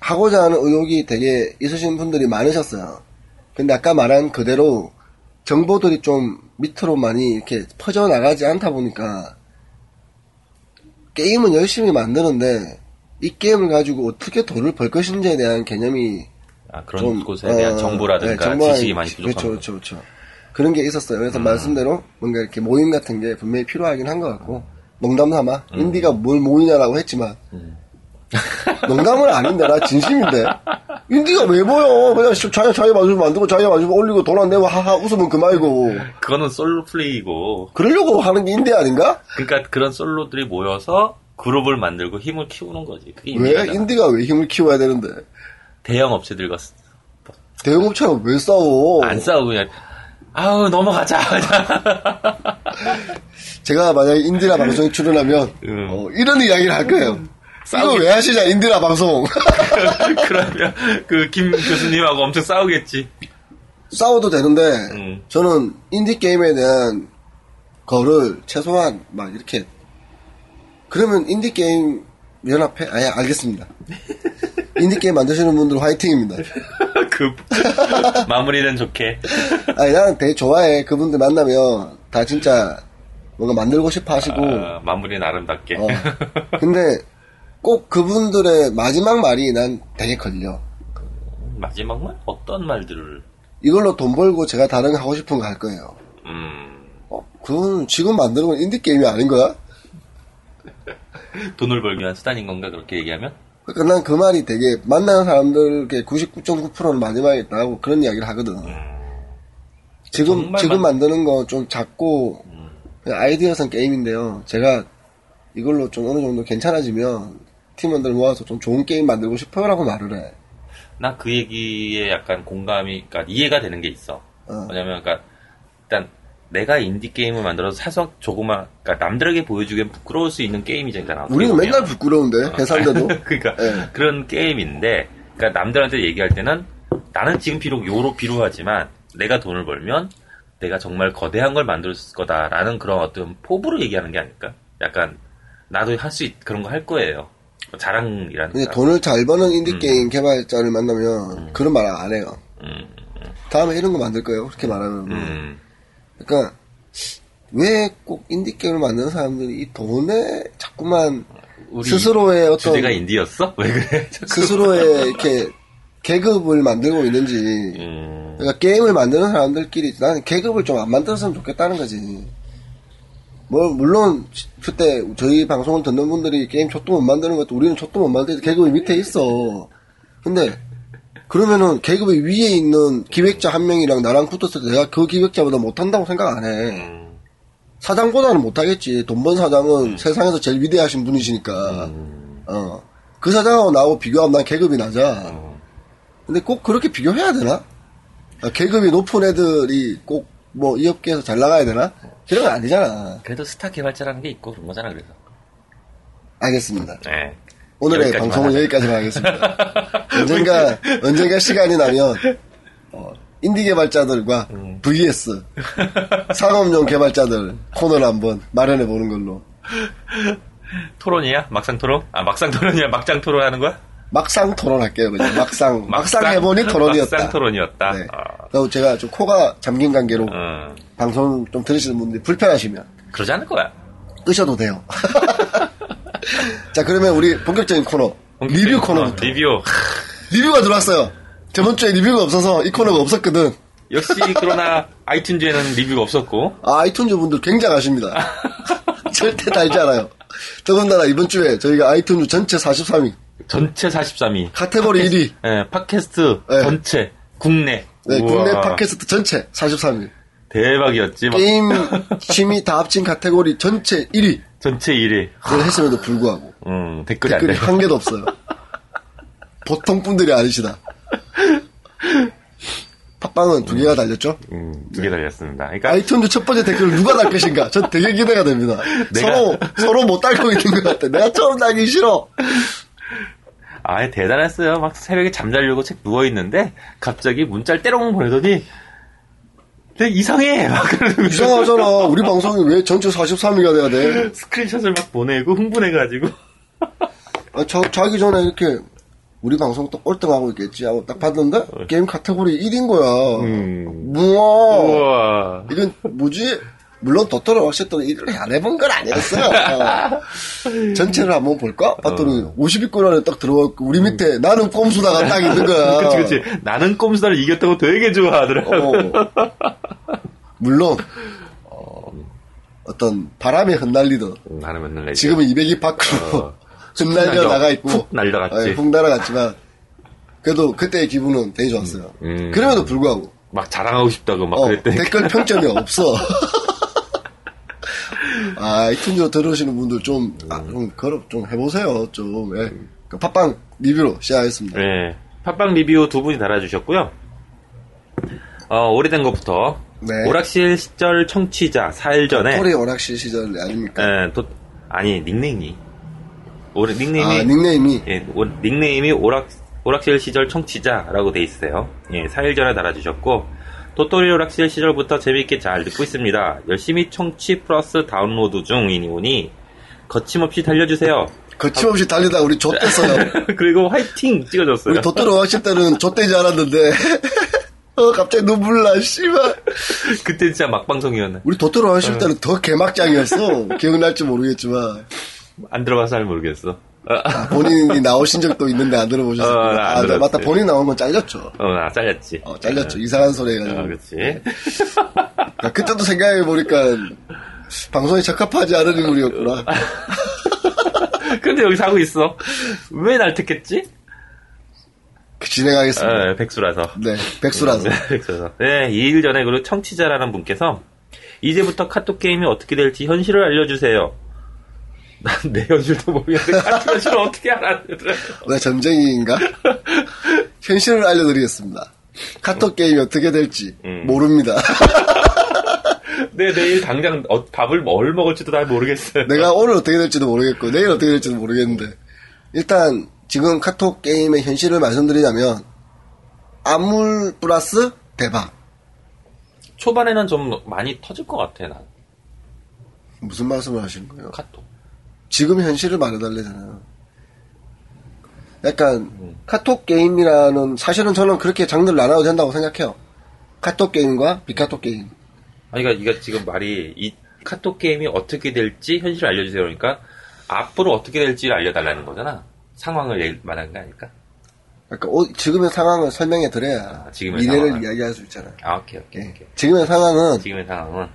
Speaker 5: 하고자 하는 의욕이 되게 있으신 분들이 많으셨어요. 근데 아까 말한 그대로 정보들이 좀 밑으로 많이 이렇게 퍼져나가지 않다 보니까 게임은 열심히 만드는데 이 게임을 가지고 어떻게 돈을 벌 것인지에 대한 개념이
Speaker 4: 아, 그런
Speaker 5: 좀,
Speaker 4: 곳에 대한
Speaker 5: 어,
Speaker 4: 정보라든가
Speaker 5: 네, 정보와
Speaker 4: 지식이 음. 많이
Speaker 5: 지-
Speaker 4: 부족한
Speaker 5: 그렇죠,
Speaker 4: 거.
Speaker 5: 그렇죠, 그렇죠. 그런 게 있었어요. 그래서 말씀대로 뭔가 이렇게 모임 같은 게 분명히 필요하긴 한 것 같고 농담 삼아
Speaker 4: 음.
Speaker 5: 인디가 뭘 모이냐라고 했지만 농담은 아닌데 나 진심인데 인디가 왜 보여? 그냥 씨, 자기가 자기 만들고 만들고 자기가 만들고 올리고 돈 안 내고 하하 웃으면 그만이고
Speaker 4: 그거는 솔로 플레이고
Speaker 5: 그러려고 하는 게 인디 아닌가?
Speaker 4: 그러니까 그런 솔로들이 모여서 그룹을 만들고 힘을 키우는 거지. 그게
Speaker 5: 왜
Speaker 4: 인디가
Speaker 5: 인디가 왜 힘을 키워야 되는데
Speaker 4: 대형 업체들과 쓰-
Speaker 5: 대형업체랑 왜 싸워?
Speaker 4: 안 싸우고 그냥 아우 넘어가자. (laughs)
Speaker 5: 제가 만약에 인디라 방송에 출연하면
Speaker 4: 음.
Speaker 5: 어, 이런 이야기를 할 거예요. 이거 왜 하시냐 인디라 방송 (laughs)
Speaker 4: (laughs) 그러면 그 김 교수님하고 엄청 싸우겠지. (laughs)
Speaker 5: 싸워도 되는데
Speaker 4: 음.
Speaker 5: 저는 인디 게임에 대한 거를 최소한 막 이렇게 그러면 인디 게임 연합회 아예
Speaker 4: (laughs)
Speaker 5: 알겠습니다. 인디 게임 만드시는 분들 화이팅입니다.
Speaker 4: 그 마무리는 좋게.
Speaker 5: 아니 나는 되게 좋아해 그분들 만나면 다 진짜 뭔가 만들고 싶어 하시고
Speaker 4: 아, 마무리는 아름답게.
Speaker 5: 어. 근데 꼭 그분들의 마지막 말이 난 되게 걸려.
Speaker 4: (laughs) 마지막 말 어떤 말들을
Speaker 5: 이걸로 돈 벌고 제가 다른 거 하고 싶은 거 할 거예요.
Speaker 4: 음,
Speaker 5: 어, 그건 지금 만드는 건 인디 게임이 아닌 거야?
Speaker 4: 돈을 벌기 위한 수단인 건가 그렇게 얘기하면?
Speaker 5: 그러니까 난 그 말이 되게 만나는 사람들의 99.9%는 마지막에 있다고 그런 이야기를 하거든. 지금
Speaker 4: 음. 정말 만-
Speaker 5: 지금
Speaker 4: 음.
Speaker 5: 만드는 거 좀 작고 그냥 아이디어선 게임인데요. 제가 이걸로 좀 어느 정도 괜찮아지면 팀원들 모아서 좀 좋은 게임 만들고 싶어요라고 말을 해.
Speaker 4: 나 그 얘기에 약간 공감이, 그러니까 이해가 되는 게 있어.
Speaker 5: 어.
Speaker 4: 왜냐면, 그러니까 일단 내가 인디 게임을 만들어서 사서 조그만, 그러니까 남들에게 보여주기엔 부끄러울 수 있는 게임이잖아. 어떻게
Speaker 5: 우리는
Speaker 4: 보면.
Speaker 5: 맨날 부끄러운데 회사인데도.
Speaker 4: (laughs) 그러니까
Speaker 5: 예.
Speaker 4: 그런 게임인데, 그러니까 남들한테 얘기할 때는 나는 지금 비록 요로 비루하지만 내가 돈을 벌면 내가 정말 거대한 걸 만들 거다라는 그런 어떤 포부로 얘기하는 게 아닐까? 약간 나도 할 수 그런 거 할 거예요. 싶어. 자랑이라는
Speaker 5: 근데
Speaker 4: 거.
Speaker 5: 돈을 잘 버는
Speaker 4: 음.
Speaker 5: 인디게임 개발자를 만나면 그런 말 안 해요. 다음에 이런 거 만들 거예요. 그렇게 말하면.
Speaker 4: 음,
Speaker 5: 그러니까 왜 꼭 인디게임을 만드는 사람들이 이 돈에 자꾸만
Speaker 4: 우리
Speaker 5: 스스로의 어떤
Speaker 4: 주제가 인디였어? (laughs) 왜 그래? 자꾸.
Speaker 5: 스스로의 이렇게 계급을 만들고 있는지
Speaker 4: 음,
Speaker 5: 그러니까 게임을 만드는 사람들끼리 나는 계급을 좀 안 만들었으면 좋겠다는 거지. 뭐 물론 그때 저희 방송을 듣는 분들이 게임 촛도 못 만드는 것도 우리는 촛도 못 만드는데 계급이 밑에 있어. 근데 그러면은 계급이 위에 있는 기획자 한 명이랑 나랑 붙었을 때 내가 그 기획자보다 못한다고 생각 안 해.
Speaker 4: 음,
Speaker 5: 사장보다는 못하겠지. 돈 번 사장은 세상에서 제일 위대하신 분이시니까. 어. 그 사장하고 나하고 비교하면 난 계급이 낮아.
Speaker 4: 어.
Speaker 5: 근데 꼭 그렇게 비교해야 되나? 아, 계급이 높은 애들이 꼭 뭐 이 업계에서 잘 나가야 되나? 그런 건 아니잖아.
Speaker 4: 그래도 스타 개발자라는 게 있고 그런 거잖아, 그래서.
Speaker 5: 알겠습니다.
Speaker 4: 네.
Speaker 5: 오늘의
Speaker 4: 여기까지만
Speaker 5: 방송은
Speaker 4: 하자.
Speaker 5: 여기까지만 하겠습니다.
Speaker 4: (laughs)
Speaker 5: 언젠가 언젠가 시간이 나면 어, 인디 개발자들과
Speaker 4: 음. (laughs)
Speaker 5: vs 상업용 개발자들 코너를 한번 마련해 보는 걸로.
Speaker 4: 네. 토론이야? 막상 토론? 아, 막상 토론이야? 막장 토론 하는 거야?
Speaker 5: 막상 토론할게요.
Speaker 4: (laughs)
Speaker 5: 그냥 막상 막상, 해보니 토론이었다.
Speaker 4: 막상 토론이었다.
Speaker 5: 네.
Speaker 4: 어,
Speaker 5: 그리고 제가 좀 코가 잠긴 관계로
Speaker 4: 음,
Speaker 5: 방송 좀 들으시는 분들이 불편하시면
Speaker 4: 그러지 않을 거야.
Speaker 5: 끄셔도 돼요. (laughs) 자 그러면 우리 본격적인 코너 리뷰 코너부터 아, 네.
Speaker 4: 어, 리뷰.
Speaker 5: 리뷰가 들어왔어요. 저번 주에 리뷰가 없어서 이 코너가 없었거든.
Speaker 4: 역시 그러나 아이튠즈에는 리뷰가 없었고
Speaker 5: 아, 아이튠즈 분들 굉장하십니다. (laughs) 절대 달지 않아요. 더군다나 이번 주에 저희가 아이튠즈 전체 43위,
Speaker 4: 전체 43위.
Speaker 5: 카테고리 1위,
Speaker 4: 예, 팟캐스트
Speaker 5: 네.
Speaker 4: 전체 국내.
Speaker 5: 네,
Speaker 4: 우와,
Speaker 5: 국내 팟캐스트 전체 43위,
Speaker 4: 대박이었지. 막
Speaker 5: 게임 취미 다 합친 카테고리 전체 1위를
Speaker 4: 전체 1위.
Speaker 5: 했음에도 불구하고
Speaker 4: 음, 댓글이 안
Speaker 5: 댓글이
Speaker 4: 되고.
Speaker 5: 한 개도 없어요. 보통 분들이 아니시다. 팟빵은 두 개가 달렸죠?
Speaker 4: 음, 두개 달렸습니다. 그러니까
Speaker 5: 아이튠즈 첫 번째 댓글을 누가 달 것인가? 전 되게 기대가 됩니다.
Speaker 4: 내가-
Speaker 5: 서로, 서로 못 달고 있는 것 같아. 내가 처음 달기 싫어.
Speaker 4: 아예 대단했어요. 막 새벽에 잠자려고 책 누워 있는데 갑자기 문자를 때롱 보내더니 되게 이상해. 막 그러면서
Speaker 5: 이상하잖아. 우리 방송이 왜 전체 43위가 돼야 돼?
Speaker 4: 스크린샷을 막 보내고 흥분해가지고
Speaker 5: 아, 자, 자기 전에 이렇게 우리 방송 또 꼴등하고 있겠지 하고 딱 봤는데 게임 카테고리 1인 거야.
Speaker 4: 어. 음.
Speaker 5: 우와.
Speaker 4: 우와.
Speaker 5: 이건 뭐지? 물론 도토로 왁시토는 일을 안 해본 건 아니었어요. 어. 전체를 한번 볼까? 봤더니
Speaker 4: 어.
Speaker 5: 50위권 안에 딱 들어갔고 우리 밑에 나는 꼼수다가 딱 있는 거야.
Speaker 4: (laughs) 그치 그치. 나는 꼼수다를 이겼다고 되게 좋아하더라고.
Speaker 5: 어. 물론 어, 떤 바람에 흩날리던
Speaker 4: 나는 맨날 내지.
Speaker 5: 지금은 202 밖으로
Speaker 4: 어.
Speaker 5: (laughs) 흩날려
Speaker 4: 날려,
Speaker 5: 나가 있고
Speaker 4: 훅 날려갔지.
Speaker 5: 예, 훅 날아갔지만 그래도 그때의 기분은 되게 좋았어요.
Speaker 4: 음.
Speaker 5: 그럼에도 불구하고
Speaker 4: 막 자랑하고 싶다고 막
Speaker 5: 어,
Speaker 4: 그랬더니
Speaker 5: 댓글 평점이
Speaker 4: (laughs)
Speaker 5: 없어. 아, 이툰즈로 들어오시는 분들 좀, 아, 좀, 걸어, 좀 해보세요. 좀, 예. 그 팟빵 리뷰로 시작하겠습니다.
Speaker 4: 네. 팟빵 리뷰 두 분이 달아주셨고요. 어, 오래된 것부터
Speaker 5: 네.
Speaker 4: 오락실 시절 청취자 4일 전에
Speaker 5: 코리 오락실 시절 아닙니까?
Speaker 4: 에, 도- 아니 닉네임이 오래 닉네임이
Speaker 5: 아, 닉네임이.
Speaker 4: 예, 오- 닉네임이 오락 오락실 시절 청취자라고 돼 있어요. 예, 4일 전에 달아주셨고 도토리 오락실 시절부터 재미있게 잘 듣고 있습니다. 열심히 청취 플러스 다운로드 중이니 오니 거침없이 달려주세요.
Speaker 5: 거침없이 달리다 우리 좆됐어요.
Speaker 4: (laughs) 그리고 화이팅 찍어줬어요. (laughs)
Speaker 5: 우리 도토로 오락실 때는 좆되지 않았는데. (laughs) 어, 갑자기 눈물 나, 씨발.
Speaker 4: 그때 진짜 막방송이었네.
Speaker 5: 우리 도토로 오락실 때는 더 개막장이었어. 기억날지 모르겠지만.
Speaker 4: 안 들어가서 잘 모르겠어. 아,
Speaker 5: 아, 본인이 나오신 적도 있는데 안 들어보셨어요.
Speaker 4: 어, 나안
Speaker 5: 아, 네, 맞다.
Speaker 4: 들었지.
Speaker 5: 본인 나온 건 잘렸죠.
Speaker 4: 어, 나 잘렸지.
Speaker 5: 어, 잘렸죠. 이상한 소리 해가지고.
Speaker 4: 어, 그치.
Speaker 5: 아, 그때도 생각해보니까 방송에 적합하지 않은 인물이었구나.
Speaker 4: 근데 여기 사고 있어. 왜 날 택했지?
Speaker 5: 그, 진행하겠습니다.
Speaker 4: 어, 백수라서. (laughs)
Speaker 5: 네, 백수라서.
Speaker 4: 그래서. 네, 2일 전에 그리고 청취자라는 분께서 이제부터 카톡 게임이 어떻게 될지 현실을 알려주세요. (laughs) 난 내 현실도 모르겠는데 카톡 현실을 어떻게 알아?
Speaker 5: 왜 전쟁인가? 현실을 알려드리겠습니다. 카톡 게임이 어떻게 될지 모릅니다. (laughs)
Speaker 4: 내 내일 당장 어- 밥을 뭘 먹을지도 잘 모르겠어요.
Speaker 5: 내가 오늘 어떻게 될지도 모르겠고 내일 어떻게 될지도 모르겠는데 일단 지금 카톡 게임의 현실을 말씀드리자면 암울 플러스 대박
Speaker 4: 초반에는 좀 많이 터질 것 같아, 난.
Speaker 5: 무슨 말씀을 하시는 거예요?
Speaker 4: 카톡.
Speaker 5: 지금 현실을 말해달래잖아요.
Speaker 4: 음.
Speaker 5: 약간 카톡 게임이라는 사실은 저는 그렇게 장르를 나눠도 된다고 생각해요. 카톡 게임과 비카톡 게임.
Speaker 4: 아니, 그러니까 이거 지금 말이 이 카톡 게임이 어떻게 될지 현실을 알려주세요. 그러니까 앞으로 어떻게 될지를 알려달라는 거잖아. 상황을 얘기- 말하는 거 아닐까?
Speaker 5: 약간 그러니까 오- 지금의 상황을 설명해 드려야
Speaker 4: 아, 지금의
Speaker 5: 미래를
Speaker 4: 상황을.
Speaker 5: 이야기할 수 있잖아요.
Speaker 4: 아, 오케이, 오케이,
Speaker 5: 예.
Speaker 4: 오케이.
Speaker 5: 지금의 상황은
Speaker 4: 지금의 상황은,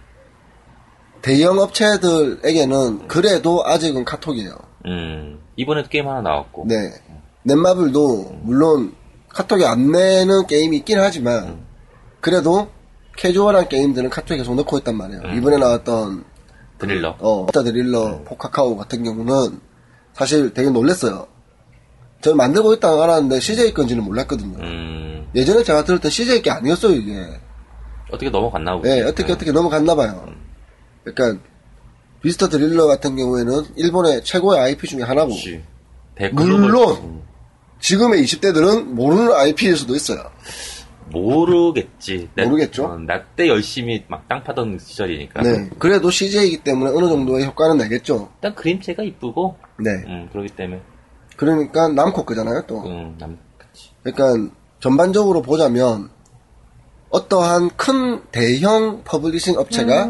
Speaker 5: 대형 업체들에게는 그래도 아직은 카톡이에요.
Speaker 4: 음, 이번에도 게임 하나 나왔고,
Speaker 5: 네. 넷마블도 물론 카톡에 안 내는 게임이 있긴
Speaker 4: 음.
Speaker 5: 하지만 그래도 캐주얼한 게임들은 카톡에 계속 넣고 있단 말이에요.
Speaker 4: 음.
Speaker 5: 이번에 나왔던
Speaker 4: 드릴러.
Speaker 5: 어, 스타 드릴러, 포카카오 같은 경우는 사실 되게 놀랐어요. 저는 만들고 있다고 알았는데 CJ 건지는 몰랐거든요.
Speaker 4: 음,
Speaker 5: 예전에 제가 들을 때 CJ 게 아니었어요, 이게.
Speaker 4: 어떻게 넘어갔나 보지.
Speaker 5: 예, 어떻게 어떻게 넘어갔나 봐요. 약간 미스터 드릴러 같은 경우에는 일본의 최고의 IP 중에 하나고
Speaker 4: 그렇지. 아, 대-
Speaker 5: 물론!
Speaker 4: 글로벌- 음,
Speaker 5: 지금의 20대들은 모르는 IP일 수도 있어요.
Speaker 4: 모르겠지. 나-
Speaker 5: 모르겠죠?
Speaker 4: 어, 나때 열심히 막 땅 파던 시절이니까.
Speaker 5: 네. 그래도 CJ이기 때문에 어느 정도의 효과는 내겠죠.
Speaker 4: 일단 그림체가 이쁘고,
Speaker 5: 네.
Speaker 4: 음, 그러기 때문에,
Speaker 5: 그러니까 남코 거잖아요, 또.
Speaker 4: 음, 남, 그치.
Speaker 5: 그러니까 전반적으로 보자면 어떠한 큰 대형 퍼블리싱 업체가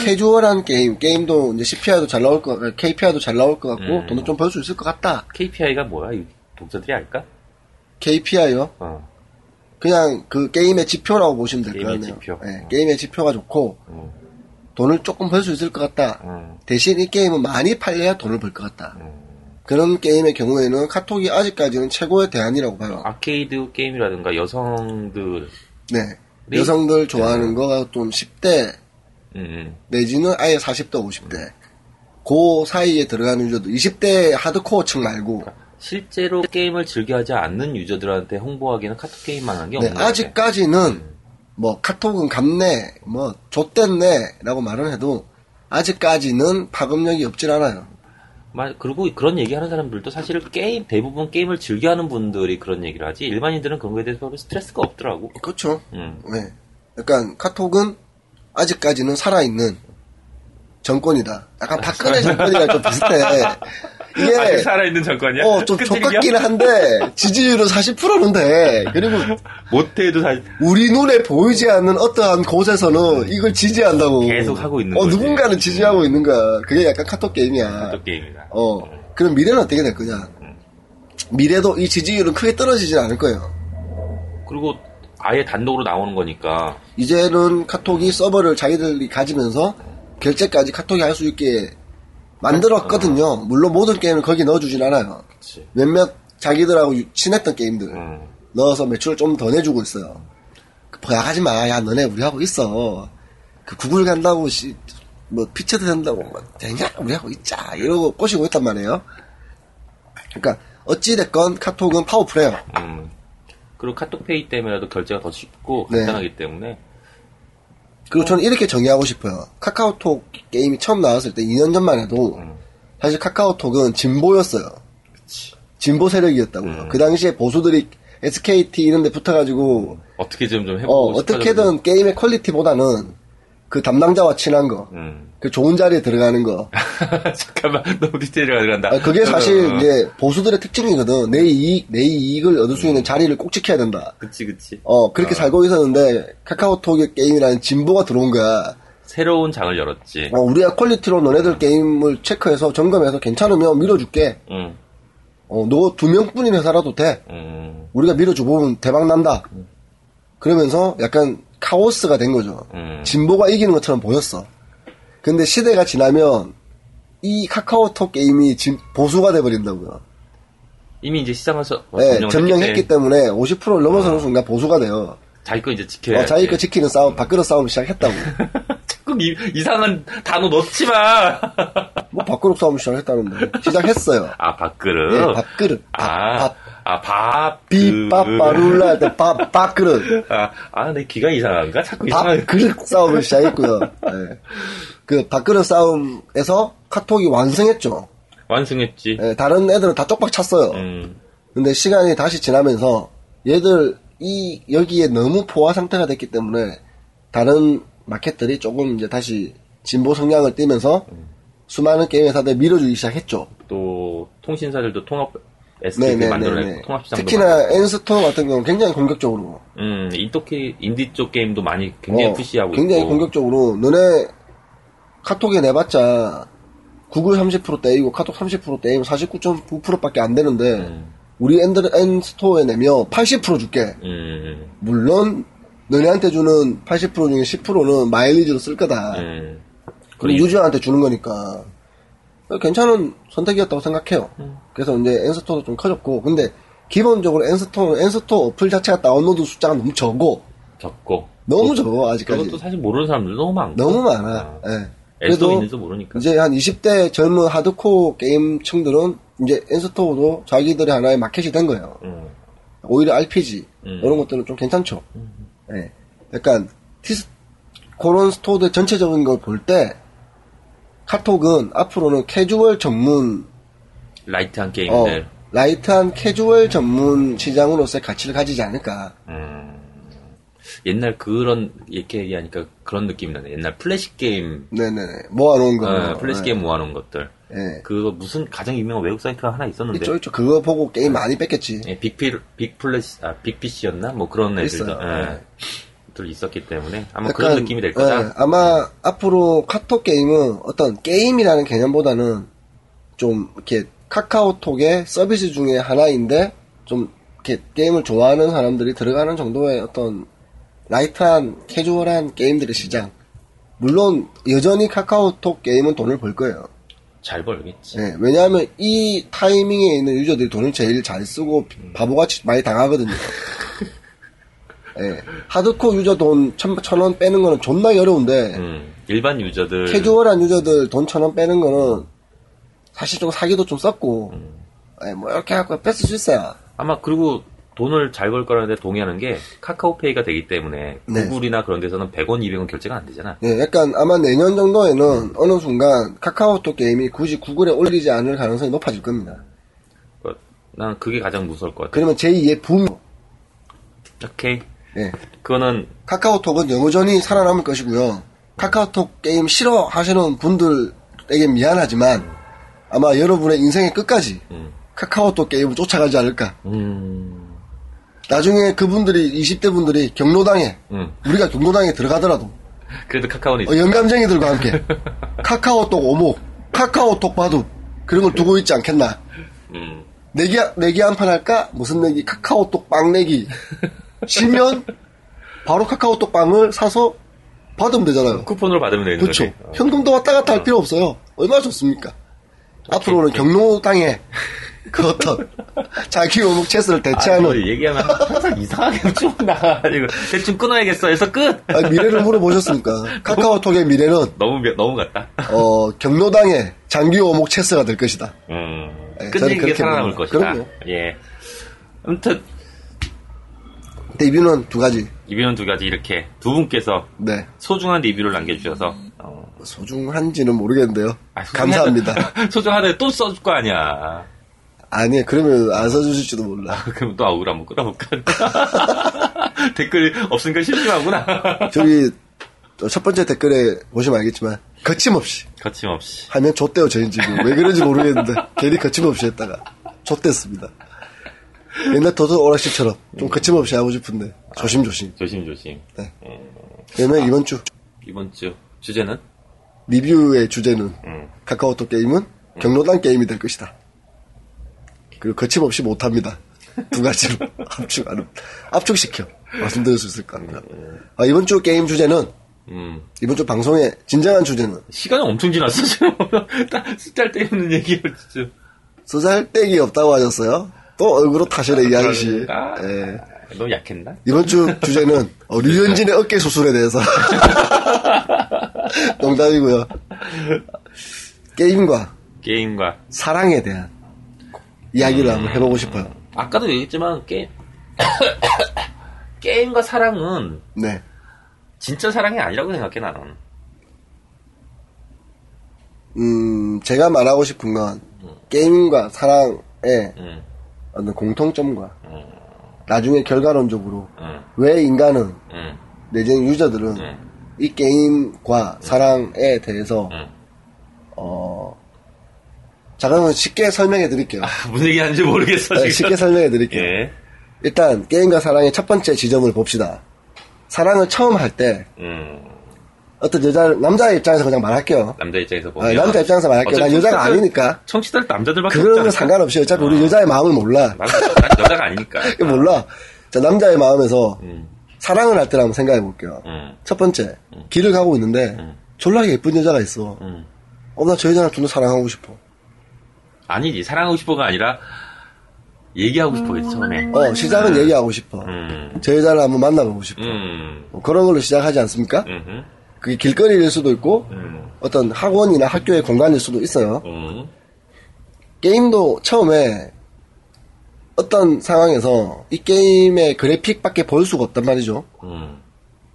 Speaker 5: 캐주얼한 게임, 게임도 이제 CPI도 잘 나올 것 같고, KPI도 잘 나올 것 같고,
Speaker 4: 음.
Speaker 5: 돈도 좀 벌 수 있을 것 같다.
Speaker 4: KPI가 뭐야? 이 독자들이 알까?
Speaker 5: KPI요.
Speaker 4: 어.
Speaker 5: 그냥 그 게임의 지표라고 보시면 될 것
Speaker 4: 게임의
Speaker 5: 같네요.
Speaker 4: 지표.
Speaker 5: 예,
Speaker 4: 어.
Speaker 5: 게임의 지표가 좋고,
Speaker 4: 음,
Speaker 5: 돈을 조금 벌 수 있을 것 같다.
Speaker 4: 음,
Speaker 5: 대신 이 게임은 많이 팔려야 돈을 벌 것 같다.
Speaker 4: 음.
Speaker 5: 그런 게임의 경우에는 카톡이 아직까지는 최고의 대안이라고 봐요.
Speaker 4: 아케이드 게임이라든가 여성들,
Speaker 5: 네.
Speaker 4: 네.
Speaker 5: 여성들 좋아하는 거가 좀 10대
Speaker 4: 음, 음.
Speaker 5: 내지는 아예 40대, 50대. 그 사이에 들어가는 유저도 20대 하드코어층 말고
Speaker 4: 실제로 게임을 즐겨하지 않는 유저들한테 홍보하기는 카톡 게임만 한 게
Speaker 5: 네,
Speaker 4: 없는 것 같아.
Speaker 5: 아직까지는 뭐 카톡은 갔네, 뭐 좆됐네라고 말은 해도 아직까지는 파급력이 없질 않아요.
Speaker 4: 마- 그리고 그런 얘기하는 사람들도 사실 게임 대부분 게임을 즐겨하는 분들이 그런 얘기를 하지 일반인들은 그런 거에 대해서 별로 스트레스가 없더라고.
Speaker 5: 그렇죠.
Speaker 4: 음,
Speaker 5: 네. 약간 카톡은 아직까지는 살아있는 정권이다. 약간 박근혜 정권이랑 좀 비슷해. 이게
Speaker 4: 살아있는 정권이야.
Speaker 5: 예. 어, 좀 족같기는 한데, 지지율은 40%는 데 그리고
Speaker 4: 못해도 사실
Speaker 5: 우리 눈에 보이지 않는 어떠한 곳에서는 이걸 지지한다고.
Speaker 4: 네. 계속 하고 있는
Speaker 5: 어,
Speaker 4: 거지.
Speaker 5: 누군가는 지지하고 있는 거야. 그게 약간 카톡 게임이야.
Speaker 4: 카톡 게임이다. 음.
Speaker 5: 어, 그럼 미래는 어떻게 될 거냐. 미래도 이 지지율은 크게 떨어지진 않을 거예요.
Speaker 4: 그리고 아예 단독으로 나오는 거니까
Speaker 5: 이제는 카톡이 서버를 자기들이 가지면서 결제까지 카톡이 할 수 있게 만들었거든요. 물론 모든 게임을 거기 넣어주진
Speaker 4: 아.
Speaker 5: 않아요.
Speaker 4: 그치.
Speaker 5: 몇몇 자기들하고 유- 친했던 게임들.
Speaker 4: 음,
Speaker 5: 넣어서 매출을 좀 더 내주고 있어요. 그 보약하지 마. 야, 너네 우리하고 있어. 그 구글 간다고, 씨, 뭐, 피처드 된다고, 뭐, 되냐? 우리하고 있자. 이러고 꼬시고 있단 말이에요. 그러니까, 어찌됐건 카톡은 파워풀해요.
Speaker 4: 음. 그리고 카톡페이 때문에라도 결제가 더 쉽고
Speaker 5: 네.
Speaker 4: 간단하기 때문에
Speaker 5: 그리고 저는 이렇게 정의하고 싶어요. 카카오톡 게임이 처음 나왔을 때 2년 전만 해도,
Speaker 4: 음.
Speaker 5: 사실 카카오톡은 진보였어요. 진보 세력이었다고요.
Speaker 4: 음.
Speaker 5: 그 당시에 보수들이 SKT 이런 데 붙어가지고,
Speaker 4: 어떻게 좀 좀
Speaker 5: 어,
Speaker 4: 음. 해보고 싶어가지고.
Speaker 5: 어떻게든 게임의 퀄리티보다는 그 담당자와 친한 거,
Speaker 4: 음.
Speaker 5: 그 좋은 자리에 들어가는 거.
Speaker 4: (laughs) 잠깐만 너무 디테일에 들어간다. (laughs)
Speaker 5: 아, 그게 사실
Speaker 4: 어, 음. 어.
Speaker 5: 이제 보수들의 특징이거든. 내 이익, 내 이익을 얻을 수
Speaker 4: 음.
Speaker 5: 있는 자리를 꼭 지켜야 된다.
Speaker 4: 그치 그치.
Speaker 5: 어,
Speaker 4: 아.
Speaker 5: 그렇게 살고 있었는데 카카오톡의 게임이라는 진보가 들어온 거야.
Speaker 4: 새로운 장을 열었지.
Speaker 5: 어, 우리가 퀄리티로 너네들 게임을 체크해서 점검해서 괜찮으면 밀어줄게.
Speaker 4: 음,
Speaker 5: 어, 너 두 명뿐인 회사라도 돼.
Speaker 4: 음,
Speaker 5: 우리가 밀어줘보면 대박 난다. 그러면서 약간 카오스가 된 거죠.
Speaker 4: 음.
Speaker 5: 진보가 이기는 것처럼 보였어. 근데 시대가 지나면 이 카카오톡 게임이 진- 보수가 돼버린다고요.
Speaker 4: 이미 이제 시장에서 뭐
Speaker 5: 예,
Speaker 4: 점령을
Speaker 5: 점령했기
Speaker 4: 했기
Speaker 5: 때문에 50%를 넘어서는 순간 보수가 돼요.
Speaker 4: 자기 거 이제 지켜야
Speaker 5: 어, 자기 거 지키는 싸움, 밖으로 싸움 시작했다고.
Speaker 4: (laughs) 자꾸 이, 이상한 단어 넣지 마. (laughs)
Speaker 5: 뭐 밖으로 싸움 시작했다는데. 시작했어요.
Speaker 4: 아 밥그릇.
Speaker 5: 예, 밥그릇. 밥,
Speaker 4: 아,
Speaker 5: 밥.
Speaker 4: 아 밥.
Speaker 5: 비, 밥,
Speaker 4: 그.
Speaker 5: 바룰라 할 때
Speaker 4: (laughs)
Speaker 5: 밥, 밥그릇.
Speaker 4: 아, 아, 내 귀가 이상한가? 자꾸 이상한.
Speaker 5: 밥그릇 싸움을 시작했고요. 예. 그 밥그릇 싸움에서 카톡이 완성했죠.
Speaker 4: 완성했지.
Speaker 5: 예, 다른 애들은 다 쪽박 찼어요.
Speaker 4: 음,
Speaker 5: 근데 시간이 다시 지나면서 얘들 이 여기에 너무 포화 상태가 됐기 때문에 다른 마켓들이 조금 이제 다시 진보 성향을
Speaker 4: 음.
Speaker 5: 띠면서 수많은 게임 회사들 밀어주기 시작했죠.
Speaker 4: 또 통신사들도 통합 SKP
Speaker 5: 네네네.
Speaker 4: 만들어내고 통합시장도
Speaker 5: 특히나 엔스토어 같은 경우는 굉장히 공격적으로.
Speaker 4: 음, 인도키, 인디 쪽 게임도 많이 굉장히
Speaker 5: 어,
Speaker 4: 푸시하고
Speaker 5: 굉장히
Speaker 4: 있고.
Speaker 5: 공격적으로 너네 카톡에 내봤자 구글 30% 떼이고 카톡 30% 떼이고 49.9%밖에 안 되는데
Speaker 4: 음,
Speaker 5: 우리 엔드 엔 스토어에 내면 80% 줄게.
Speaker 4: 음,
Speaker 5: 물론 너네한테 주는 80% 중에 10%는 마일리지로 쓸 거다.
Speaker 4: 음.
Speaker 5: 그리고 유저한테 주는 거니까 괜찮은 선택이었다고 생각해요.
Speaker 4: 네.
Speaker 5: 그래서 이제 엔스토어도 좀 커졌고 근데 기본적으로 엔스토어는 엔스토어 어플 자체가 다운로드 숫자가 너무 적고
Speaker 4: 적고.
Speaker 5: 너무 적어 아직까지
Speaker 4: 뭐, 그것도 사실 모르는 사람들 너무 많고.
Speaker 5: 너무 많아. 예.
Speaker 4: 앱도
Speaker 5: 그래도
Speaker 4: 있는지 그러니까. 모르니까.
Speaker 5: 이제 한 20대 젊은 하드코어 게임층들은 이제 엔스토어도 자기들의 하나의 마켓이 된 거예요.
Speaker 4: 음,
Speaker 5: 오히려 RPG
Speaker 4: 음.
Speaker 5: 이런 것들은 좀 괜찮죠. 예. 약간 티스 그런 스토어들 전체적인 걸 볼 때 카톡은 앞으로는 캐주얼 전문
Speaker 4: 라이트한
Speaker 5: 어,
Speaker 4: 게임들.
Speaker 5: 라이트한 캐주얼 전문 시장으로서의 가치를 가지지 않을까.
Speaker 4: 음, 옛날 그런, 이렇게 얘기하니까 그런 느낌이 나네. 옛날 플래시 게임,
Speaker 5: 네네네. 모아놓은 거. 네.
Speaker 4: 어, 플래시 게임 모아놓은 것들.
Speaker 5: 예.
Speaker 4: 그거 무슨 가장 유명한 외국 사이트가 하나 있었는데.
Speaker 5: 있죠, 있죠. 그거 보고 게임 많이 뺐겠지.
Speaker 4: 예, 빅필, 빅플래시, 아, 빅피시였나? 뭐 그런 애들도.
Speaker 5: 있어요.
Speaker 4: 예.
Speaker 5: 네.
Speaker 4: 들 있었기 때문에 아마
Speaker 5: 약간,
Speaker 4: 그런 느낌이 될 거다.
Speaker 5: 예, 아마 앞으로 카톡 게임은 어떤 게임이라는 개념보다는 좀 이렇게 카카오톡의 서비스 중에 하나인데 좀 이렇게 게임을 좋아하는 사람들이 들어가는 정도의 어떤 라이트한 캐주얼한 게임들의 시장. 물론 여전히 카카오톡 게임은 돈을 벌 거예요.
Speaker 4: 잘 벌겠지.
Speaker 5: 예, 왜냐하면 이 타이밍에 있는 유저들이 돈을 제일 잘 쓰고 바보같이 많이 당하거든요. 예, 하드코어 유저 돈 천 원 빼는 거는 존나 어려운데
Speaker 4: 음, 일반 유저들
Speaker 5: 네. 캐주얼한 유저들 돈 천 원 빼는 거는 사실 좀 사기도 좀 썼고 예, 뭐 이렇게 해갖고 뺐을 수 있어요.
Speaker 4: 아마 그리고 돈을 잘 벌 거라는데 동의하는 게 카카오페이가 되기 때문에
Speaker 5: 네.
Speaker 4: 구글이나 그런 데서는 100원, 200원 결제가 안 되잖아.
Speaker 5: 예, 약간 아마 내년 정도에는 어느 순간 카카오톡 게임이 굳이 구글에 올리지 않을 가능성이 높아질 겁니다.
Speaker 4: 그, 난 그게 가장 무서울 것 같아.
Speaker 5: 그러면 제2의 붐.
Speaker 4: 오케이.
Speaker 5: 예,
Speaker 4: 그거는
Speaker 5: 카카오톡은 여전히 살아남을 것이고요. 카카오톡 게임 싫어하시는 분들에게 미안하지만 아마 여러분의 인생의 끝까지
Speaker 4: 음.
Speaker 5: 카카오톡 게임을 쫓아가지 않을까.
Speaker 4: 음,
Speaker 5: 나중에 그분들이 20대 분들이 경로당에
Speaker 4: 음.
Speaker 5: 우리가 경로당에 들어가더라도
Speaker 4: 그래도 카카오는
Speaker 5: 어, 영감쟁이들과
Speaker 4: (laughs)
Speaker 5: 함께 카카오톡 오목, 카카오톡 바둑 그런 걸 두고 있지 않겠나.
Speaker 4: 음,
Speaker 5: 내기 내기 한 판 할까? 무슨 내기? 카카오톡 빵 내기. 시면 바로 카카오톡 빵을 사서 받으면 되잖아요.
Speaker 4: 쿠폰으로 받으면 되는
Speaker 5: 그렇죠.
Speaker 4: 거지. 어.
Speaker 5: 현금도 왔다 갔다 할 필요 없어요. 얼마나 좋습니까? 앞으로는 경로당에 그
Speaker 4: (laughs)
Speaker 5: 어떤 자기 오목 체스를
Speaker 4: 아,
Speaker 5: 대체하는
Speaker 4: 이거 얘기하면 항상 이상하게 (laughs) 쭉 나가지고 대충 끊어야겠어. 해서 끝.
Speaker 5: 아, 미래를 물어보셨습니까? 카카오톡의 미래는
Speaker 4: 너무 미- 너무 같다.
Speaker 5: 어, 경로당의 장기 오목 체스가 될 것이다.
Speaker 4: 음,
Speaker 5: 예, 저는
Speaker 4: 끝내기
Speaker 5: 그렇게
Speaker 4: 게 살아남을
Speaker 5: 봅니다.
Speaker 4: 것이다.
Speaker 5: 그럼요.
Speaker 4: 예. 아무튼
Speaker 5: 데뷔는 두 가지.
Speaker 4: 리뷰는 두 가지 이렇게 두 분께서
Speaker 5: 네.
Speaker 4: 소중한 리뷰를 남겨주셔서 어,
Speaker 5: 소중한지는 모르겠는데요.
Speaker 4: 아, 소중하다.
Speaker 5: 감사합니다.
Speaker 4: (laughs) 소중하다 또 써줄 거 아니야.
Speaker 5: 아니, 그러면 안 써주실지도 몰라.
Speaker 4: 그럼 또 아우를 한번 끌어볼까? (laughs) 댓글 없으니까 심심하구나. (laughs)
Speaker 5: 저기, 저첫 번째 댓글에 보시면 알겠지만, 거침없이.
Speaker 4: 거침없이.
Speaker 5: 하면 좆대요, 저희 지금. 왜 그런지 모르겠는데, 괜히 거침없이 했다가, 좆됐습니다. 옛날 도도 오락실처럼, 좀 거침없이 하고 싶은데, 조심조심. 네.
Speaker 4: 조심조심.
Speaker 5: 그러면 이번 주,
Speaker 4: 이번 주 주제는?
Speaker 5: 리뷰의 주제는,
Speaker 4: 음.
Speaker 5: 카카오톡 게임은 경로당 게임이 될 것이다. 그리고 거침없이 못합니다. 두 가지로 (laughs) 압축, 안, 압축시켜. 말씀드릴 수 있을 것 같아요. 아, 이번 주 게임 주제는,
Speaker 4: 음,
Speaker 5: 이번 주 방송의 진정한 주제는,
Speaker 4: 시간이 엄청 지났어, 지금. (laughs) 쓸데없는 얘기를 진짜.
Speaker 5: 쓰잘데기 없다고 하셨어요. 또 얼굴로 탓을 얘기하듯이
Speaker 4: 그러니까.
Speaker 5: 예.
Speaker 4: 너무 약했나?
Speaker 5: 이번 주 주제는 어, 류현진의 어깨 수술에 대해서 (laughs) 농담이고요. 게임과
Speaker 4: 게임과
Speaker 5: 사랑에 대한 이야기를 한번 해보고 싶어요.
Speaker 4: 아까도 얘기했지만 게임 (coughs) 게임과 사랑은
Speaker 5: 네,
Speaker 4: 진짜 사랑이 아니라고 생각해 나는.
Speaker 5: 음 제가 말하고 싶은 건 게임과 사랑의
Speaker 4: 음,
Speaker 5: 어떤 공통점과 나중에 결과론적으로
Speaker 4: 음,
Speaker 5: 왜 인간은
Speaker 4: 음,
Speaker 5: 내지는 유저들은
Speaker 4: 음.
Speaker 5: 이
Speaker 4: 네.
Speaker 5: 게임과 사랑에 대해서
Speaker 4: 음.
Speaker 5: 어, 자, 그러면 쉽게 설명해 드릴게요.
Speaker 4: 아, 무슨 얘기 하는지 모르겠어,
Speaker 5: 네,
Speaker 4: 지금.
Speaker 5: 쉽게 설명해 드릴게요.
Speaker 4: 예.
Speaker 5: 일단, 게임과 사랑의 첫 번째 지점을 봅시다. 사랑을 처음 할 때,
Speaker 4: 음,
Speaker 5: 어떤 여자, 남자의 입장에서 그냥 말할게요.
Speaker 4: 남자 입장에서 보면.
Speaker 5: 아, 남자 입장에서 말할게요. 난
Speaker 4: 어차피
Speaker 5: 여자가
Speaker 4: 청취자들-
Speaker 5: 아니니까.
Speaker 4: 청취자들 남자들밖에 없지 아.
Speaker 5: 그런 건
Speaker 4: 않을까?
Speaker 5: 상관없이 어차피 우리 여자의 마음을 몰라.
Speaker 4: 난 여자- 난 여자가 아니니까.
Speaker 5: (laughs) 이거 몰라. 자, 남자의 마음에서
Speaker 4: 음,
Speaker 5: 사랑을 할 때를 한번 생각해 볼게요.
Speaker 4: 음,
Speaker 5: 첫 번째, 길을 가고 있는데, 졸라 예쁜 여자가 있어.
Speaker 4: 음.
Speaker 5: 어, 나 저 여자랑 존나 사랑하고 싶어.
Speaker 4: 아니지, 네 사랑하고 싶어가 아니라, 얘기하고 싶어요, 처음에.
Speaker 5: 어, 시작은 얘기하고 싶어.
Speaker 4: 음,
Speaker 5: 저 여자를 한번 만나보고 싶어.
Speaker 4: 음,
Speaker 5: 뭐 그런 걸로 시작하지 않습니까?
Speaker 4: 음,
Speaker 5: 그게 길거리일 수도 있고,
Speaker 4: 음,
Speaker 5: 어떤 학원이나 학교의 공간일 수도 있어요.
Speaker 4: 음,
Speaker 5: 게임도 처음에 어떤 상황에서 이 게임의 그래픽밖에 볼 수가 없단 말이죠.
Speaker 4: 음,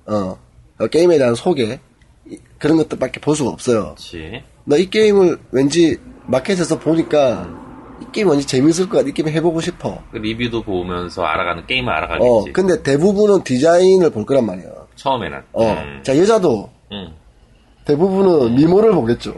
Speaker 5: 어, 어, 게임에 대한 소개, 이- 그런 것들밖에 볼 수가 없어요.
Speaker 4: 그치.
Speaker 5: 나 이 게임을 왠지 마켓에서 보니까 이 게임 왠지 재밌을 것 같아. 이 게임 해보고 싶어.
Speaker 4: 그 리뷰도 보면서 알아가는, 게임을 알아가겠지.
Speaker 5: 어, 근데 대부분은 디자인을 볼 거란 말이에요.
Speaker 4: 처음에는.
Speaker 5: 어,
Speaker 4: 음,
Speaker 5: 자, 여자도
Speaker 4: 음,
Speaker 5: 대부분은 미모를 보겠죠.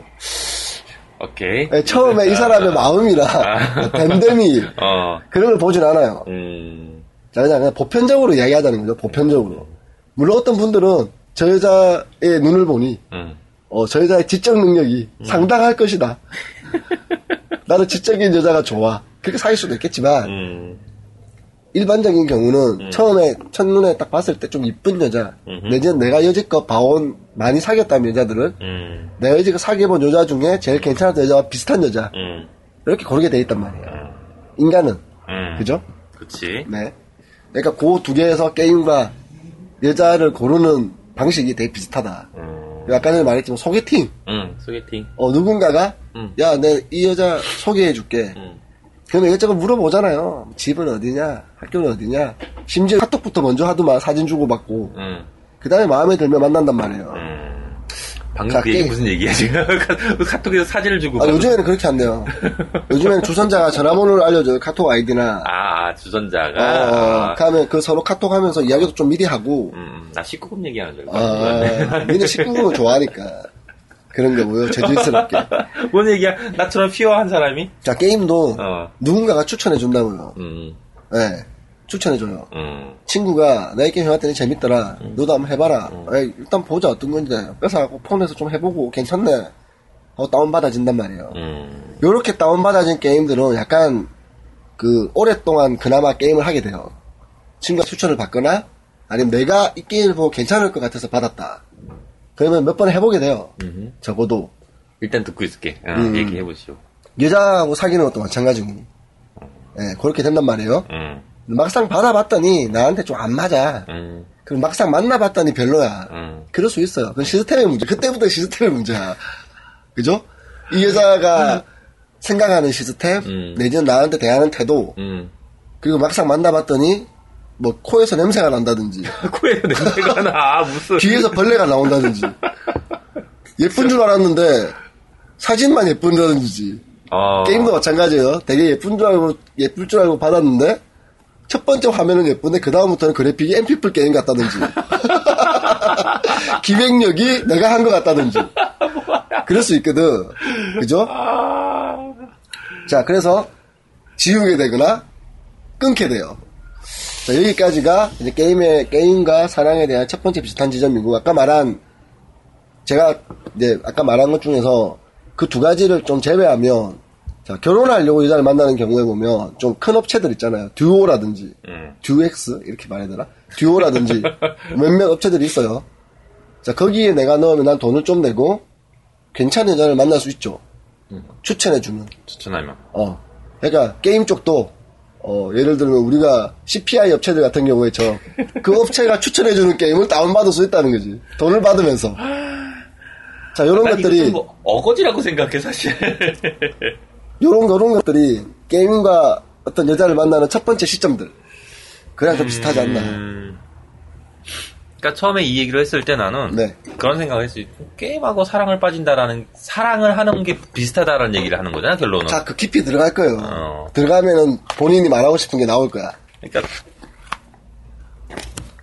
Speaker 4: 오케이.
Speaker 5: 예, 처음에 이 사람의
Speaker 4: (laughs)
Speaker 5: 마음이나
Speaker 4: 아.
Speaker 5: 댐댐이
Speaker 4: 어,
Speaker 5: 그런 걸 보진 않아요.
Speaker 4: 음,
Speaker 5: 자, 그냥 그냥 보편적으로 이야기하자는 거죠. 보편적으로. 물론 어떤 분들은 저 여자의 눈을 보니
Speaker 4: 음,
Speaker 5: 어, 저 여자의 지적 능력이 상당할 것이다.
Speaker 4: (laughs)
Speaker 5: 나는 지적인 여자가 좋아. 그렇게 사귈 수도 있겠지만
Speaker 4: 음,
Speaker 5: 일반적인 경우는 처음에 첫눈에 딱 봤을 때 좀 이쁜 여자 내지는 내가 여지껏 봐온 많이 사귀었다면 여자들은
Speaker 4: 음,
Speaker 5: 내가 여지껏 사귀어본 여자 중에 제일 괜찮았던 여자와 비슷한 여자
Speaker 4: 음,
Speaker 5: 이렇게 고르게 돼 있단 말이에요. 인간은
Speaker 4: 음.
Speaker 5: 그죠?
Speaker 4: 그치.
Speaker 5: 네. 그러니까 그 두 개에서 게임과 여자를 고르는 방식이 되게 비슷하다.
Speaker 4: 음,
Speaker 5: 아까 전에 말했지만 소개팅.
Speaker 4: 음, 소개팅.
Speaker 5: 어, 누군가가
Speaker 4: 음.
Speaker 5: 야, 내 이 여자 소개해 줄게.
Speaker 4: 음.
Speaker 5: 그럼 이것저것 물어보잖아요. 집은 어디냐? 학교는 어디냐? 심지어 카톡부터 먼저 하더만 사진 주고받고.
Speaker 4: 음,
Speaker 5: 그 다음에 마음에 들면 만난단 말이에요.
Speaker 4: 음. 방금
Speaker 5: 자,
Speaker 4: 그 얘기
Speaker 5: 게임.
Speaker 4: 무슨 얘기야, 지금? (laughs) 카톡에서 사진을 주고.
Speaker 5: 아,
Speaker 4: 받은-
Speaker 5: 요즘에는 그렇게
Speaker 4: (laughs)
Speaker 5: 안 돼요. 요즘에는 주선자가 전화번호를 알려줘요. 카톡 아이디나.
Speaker 4: 아, 아,
Speaker 5: 어,
Speaker 4: 주전자가. 아,
Speaker 5: 그러면 그 서로 카톡 하면서 이야기도 좀 미리 하고.
Speaker 4: 음, 나 19금 얘기하는 줄
Speaker 5: 아,
Speaker 4: 알았네.
Speaker 5: 니네 식구를 좋아하니까. 그런 거고요. 제주스럽게.
Speaker 4: 뭔 얘기야? 나처럼 피어한 사람이?
Speaker 5: 자, 게임도
Speaker 4: 어.
Speaker 5: 누군가가 추천해준다고요.
Speaker 4: 음,
Speaker 5: 예. 추천해줘요.
Speaker 4: 음,
Speaker 5: 친구가 내 게임 해봤더니 재밌더라. 너도 한번 해봐라. 에이, 일단 보자. 어떤 건지. 뺏어갖고 폰에서 좀 해보고 괜찮네. 하고 다운받아진단 말이에요.
Speaker 4: 음,
Speaker 5: 요렇게 다운받아진 게임들은 약간 그 오랫동안 그나마 게임을 하게 돼요. 친구가 추천을 받거나 아니면 내가 이 게임을 보고 괜찮을 것 같아서 받았다. 그러면 몇 번 해보게 돼요.
Speaker 4: 음.
Speaker 5: 적어도
Speaker 4: 일단 듣고 있을게. 어,
Speaker 5: 음.
Speaker 4: 얘기해보시오.
Speaker 5: 여자하고 사귀는 것도 마찬가지고 예, 그렇게 된단 말이에요.
Speaker 4: 음,
Speaker 5: 막상 받아봤더니 나한테 좀 안 맞아.
Speaker 4: 음, (laughs)
Speaker 5: 그럼 막상 만나봤더니 별로야.
Speaker 4: 음.
Speaker 5: 그럴 수 있어요. 그건 시스템의 문제. 그때부터 시스템의 문제야. 그죠? 이 여자가 생각하는 시스템,
Speaker 4: 음.
Speaker 5: 내지는 나한테 대하는 태도,
Speaker 4: 음.
Speaker 5: 그리고 막상 만나봤더니 뭐 코에서
Speaker 4: (laughs)
Speaker 5: 냄새가 난다든지,
Speaker 4: 코에 냄새가 나, 아, 무슨.
Speaker 5: 귀에서 벌레가 나온다든지, 예쁜 줄 알았는데 사진만 예쁜다든지,
Speaker 4: 어,
Speaker 5: 게임도 마찬가지예요. 되게 예쁜 줄 알고 예쁠 줄 알고 받았는데 첫 번째 화면은 예쁜데 그 다음부터는 그래픽이 엠피플 게임 같다든지 (laughs) 기획력이 내가 한 것 같다든지 그럴 수 있거든. 그죠? 자 그래서 지우게 되거나 끊게 돼요. 자 여기까지가 이제 게임의 게임과 사랑에 대한 첫 번째 비슷한 지점이고 아까 말한 제가 이제 아까 말한 것 중에서 그 두 가지를 좀 제외하면 자 결혼하려고 여자를 만나는 경우에 보면 좀 큰 업체들 있잖아요 듀오라든지
Speaker 4: 음.
Speaker 5: 듀엑스 이렇게 말해야 되나 듀오라든지 몇몇 업체들이 있어요 자 거기에 내가 넣으면 난 돈을 좀 내고 괜찮은 여자를 만날 수 있죠 추천해주는
Speaker 4: 추천하면.
Speaker 5: 어. 그러니까 게임 쪽도 어, 예를 들면 우리가 CPI 업체들 같은 경우에 저 그 업체가 추천해 주는 게임을 다운 받을 수 있다는 거지. 돈을 받으면서. 자, 요런
Speaker 4: 난 이거
Speaker 5: 것들이
Speaker 4: 좀 뭐, 어거지라고 생각해,
Speaker 5: (laughs)
Speaker 4: 사실.
Speaker 5: 요런 요런 것들이 게임과 어떤 여자를 만나는 첫 번째 시점들. 그냥 좀 비슷하지 않나.
Speaker 4: 음. 그러니까 처음에 이 얘기를 했을 때 나는
Speaker 5: 네.
Speaker 4: 그런 생각을 했어요. 게임하고 사랑을 빠진다라는 사랑을 하는 게 비슷하다라는 얘기를 하는 거잖아 결론은.
Speaker 5: 자, 그 깊이 들어갈 거예요.
Speaker 4: 어.
Speaker 5: 들어가면은 본인이 말하고 싶은 게 나올 거야.
Speaker 4: 그러니까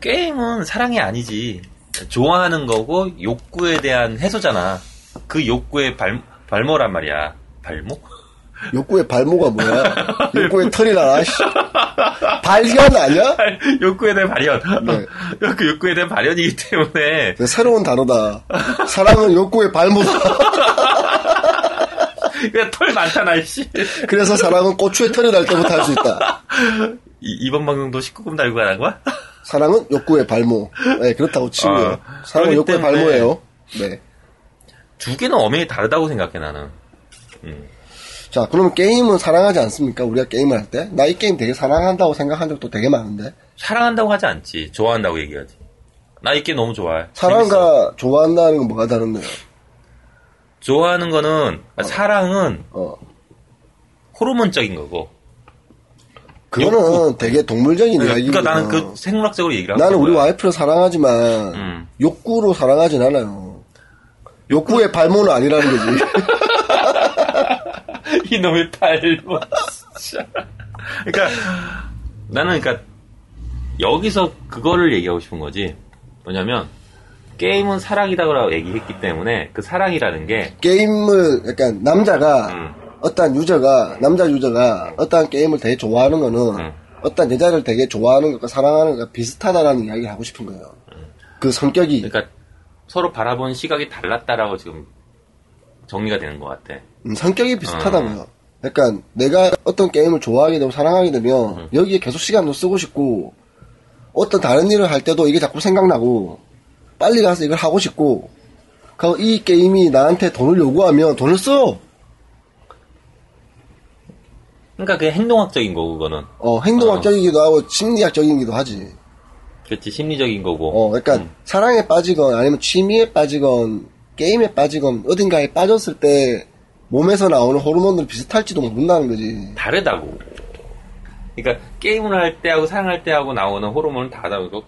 Speaker 4: 게임은 사랑이 아니지. 좋아하는 거고 욕구에 대한 해소잖아. 그 욕구의 발 발모란 (laughs) 말이야. 발모?
Speaker 5: 욕구의
Speaker 4: (laughs)
Speaker 5: 발모가 뭐야? 욕구의 털이라, 씨. 발견 아니야?
Speaker 4: 욕구에 대한 발현.
Speaker 5: 네.
Speaker 4: (laughs) 그 욕구에 대한 발현이기 때문에
Speaker 5: 네, 새로운 단어다. 사랑은 욕구의 발모다.
Speaker 4: 그냥 털 많다 날씨.
Speaker 5: (laughs) 그래서 사랑은 고추의 털이 날 때부터 할 수 있다.
Speaker 4: 이, 번 방송도 19금 달고 (laughs) 가는 거야?
Speaker 5: 사랑은 욕구의 발모. 네, 그렇다고 치고요.
Speaker 4: 아,
Speaker 5: 사랑은
Speaker 4: 그렇기
Speaker 5: 욕구의
Speaker 4: 때문에-
Speaker 5: 발모예요. 네.
Speaker 4: 두 개는 엄연히 다르다고 생각해 나는.
Speaker 5: 자, 그러면 게임은 사랑하지 않습니까? 우리가 게임을 할 때? 나 이 게임 되게 사랑한다고 생각한 적도 되게 많은데.
Speaker 4: 사랑한다고 하지 않지. 좋아한다고 얘기하지. 나 이 게임 너무 좋아해. 재밌어.
Speaker 5: 사랑과 좋아한다는 건 뭐가 다른데요?
Speaker 4: 좋아하는 거는 아, 사랑은
Speaker 5: 어.
Speaker 4: 호르몬적인 거고.
Speaker 5: 그거는 되게 동물적인
Speaker 4: 그러니까
Speaker 5: 이야기구나. 어.
Speaker 4: 나는 그 생물학적으로 얘기를 하고
Speaker 5: 나는
Speaker 4: 있는
Speaker 5: 우리
Speaker 4: 거야.
Speaker 5: 와이프를 사랑하지만
Speaker 4: 음.
Speaker 5: 욕구로 사랑하진 않아요.
Speaker 4: 그
Speaker 5: 욕구의 발모는 아니라는 거지.
Speaker 4: (laughs) 이놈의 팔로 진짜. 그러니까 나는 그러니까 여기서 그거를 얘기하고 싶은 거지. 뭐냐면 게임은 사랑이다라고 얘기했기 때문에 그 사랑이라는 게
Speaker 5: 게임을 약간 남자가
Speaker 4: 음.
Speaker 5: 어떤 유저가 남자 유저가 어떤 게임을 되게 좋아하는 거는
Speaker 4: 음.
Speaker 5: 어떤 여자를 되게 좋아하는 것과 사랑하는 것과 비슷하다라는 이야기를 하고 싶은 거예요. 그 성격이
Speaker 4: 그러니까 서로 바라본 시각이 달랐다라고 지금 정리가 되는 것 같아.
Speaker 5: 음, 성격이 비슷하다고요.
Speaker 4: 음.
Speaker 5: 약간 내가 어떤 게임을 좋아하게 되고 사랑하게 되면
Speaker 4: 음.
Speaker 5: 여기에 계속 시간도 쓰고 싶고 어떤 다른 일을 할 때도 이게 자꾸 생각나고 빨리 가서 이걸 하고 싶고 그리고 이 게임이 나한테 돈을 요구하면 돈을 써. 어,
Speaker 4: 그러니까 그게 행동학적인 거고 그거는
Speaker 5: 어, 행동학적이기도 하고 심리학적이기도 하지.
Speaker 4: 그렇지 심리적인 거고.
Speaker 5: 어, 약간
Speaker 4: 음.
Speaker 5: 사랑에 빠지건 아니면 취미에 빠지건 게임에 빠지건 어딘가에 빠졌을 때 몸에서 나오는 호르몬들 비슷할지도 모른다는 거지.
Speaker 4: 다르다고. 그러니까 게임을 할 때하고 사랑할 때하고 나오는 호르몬은 다르다고. 그거.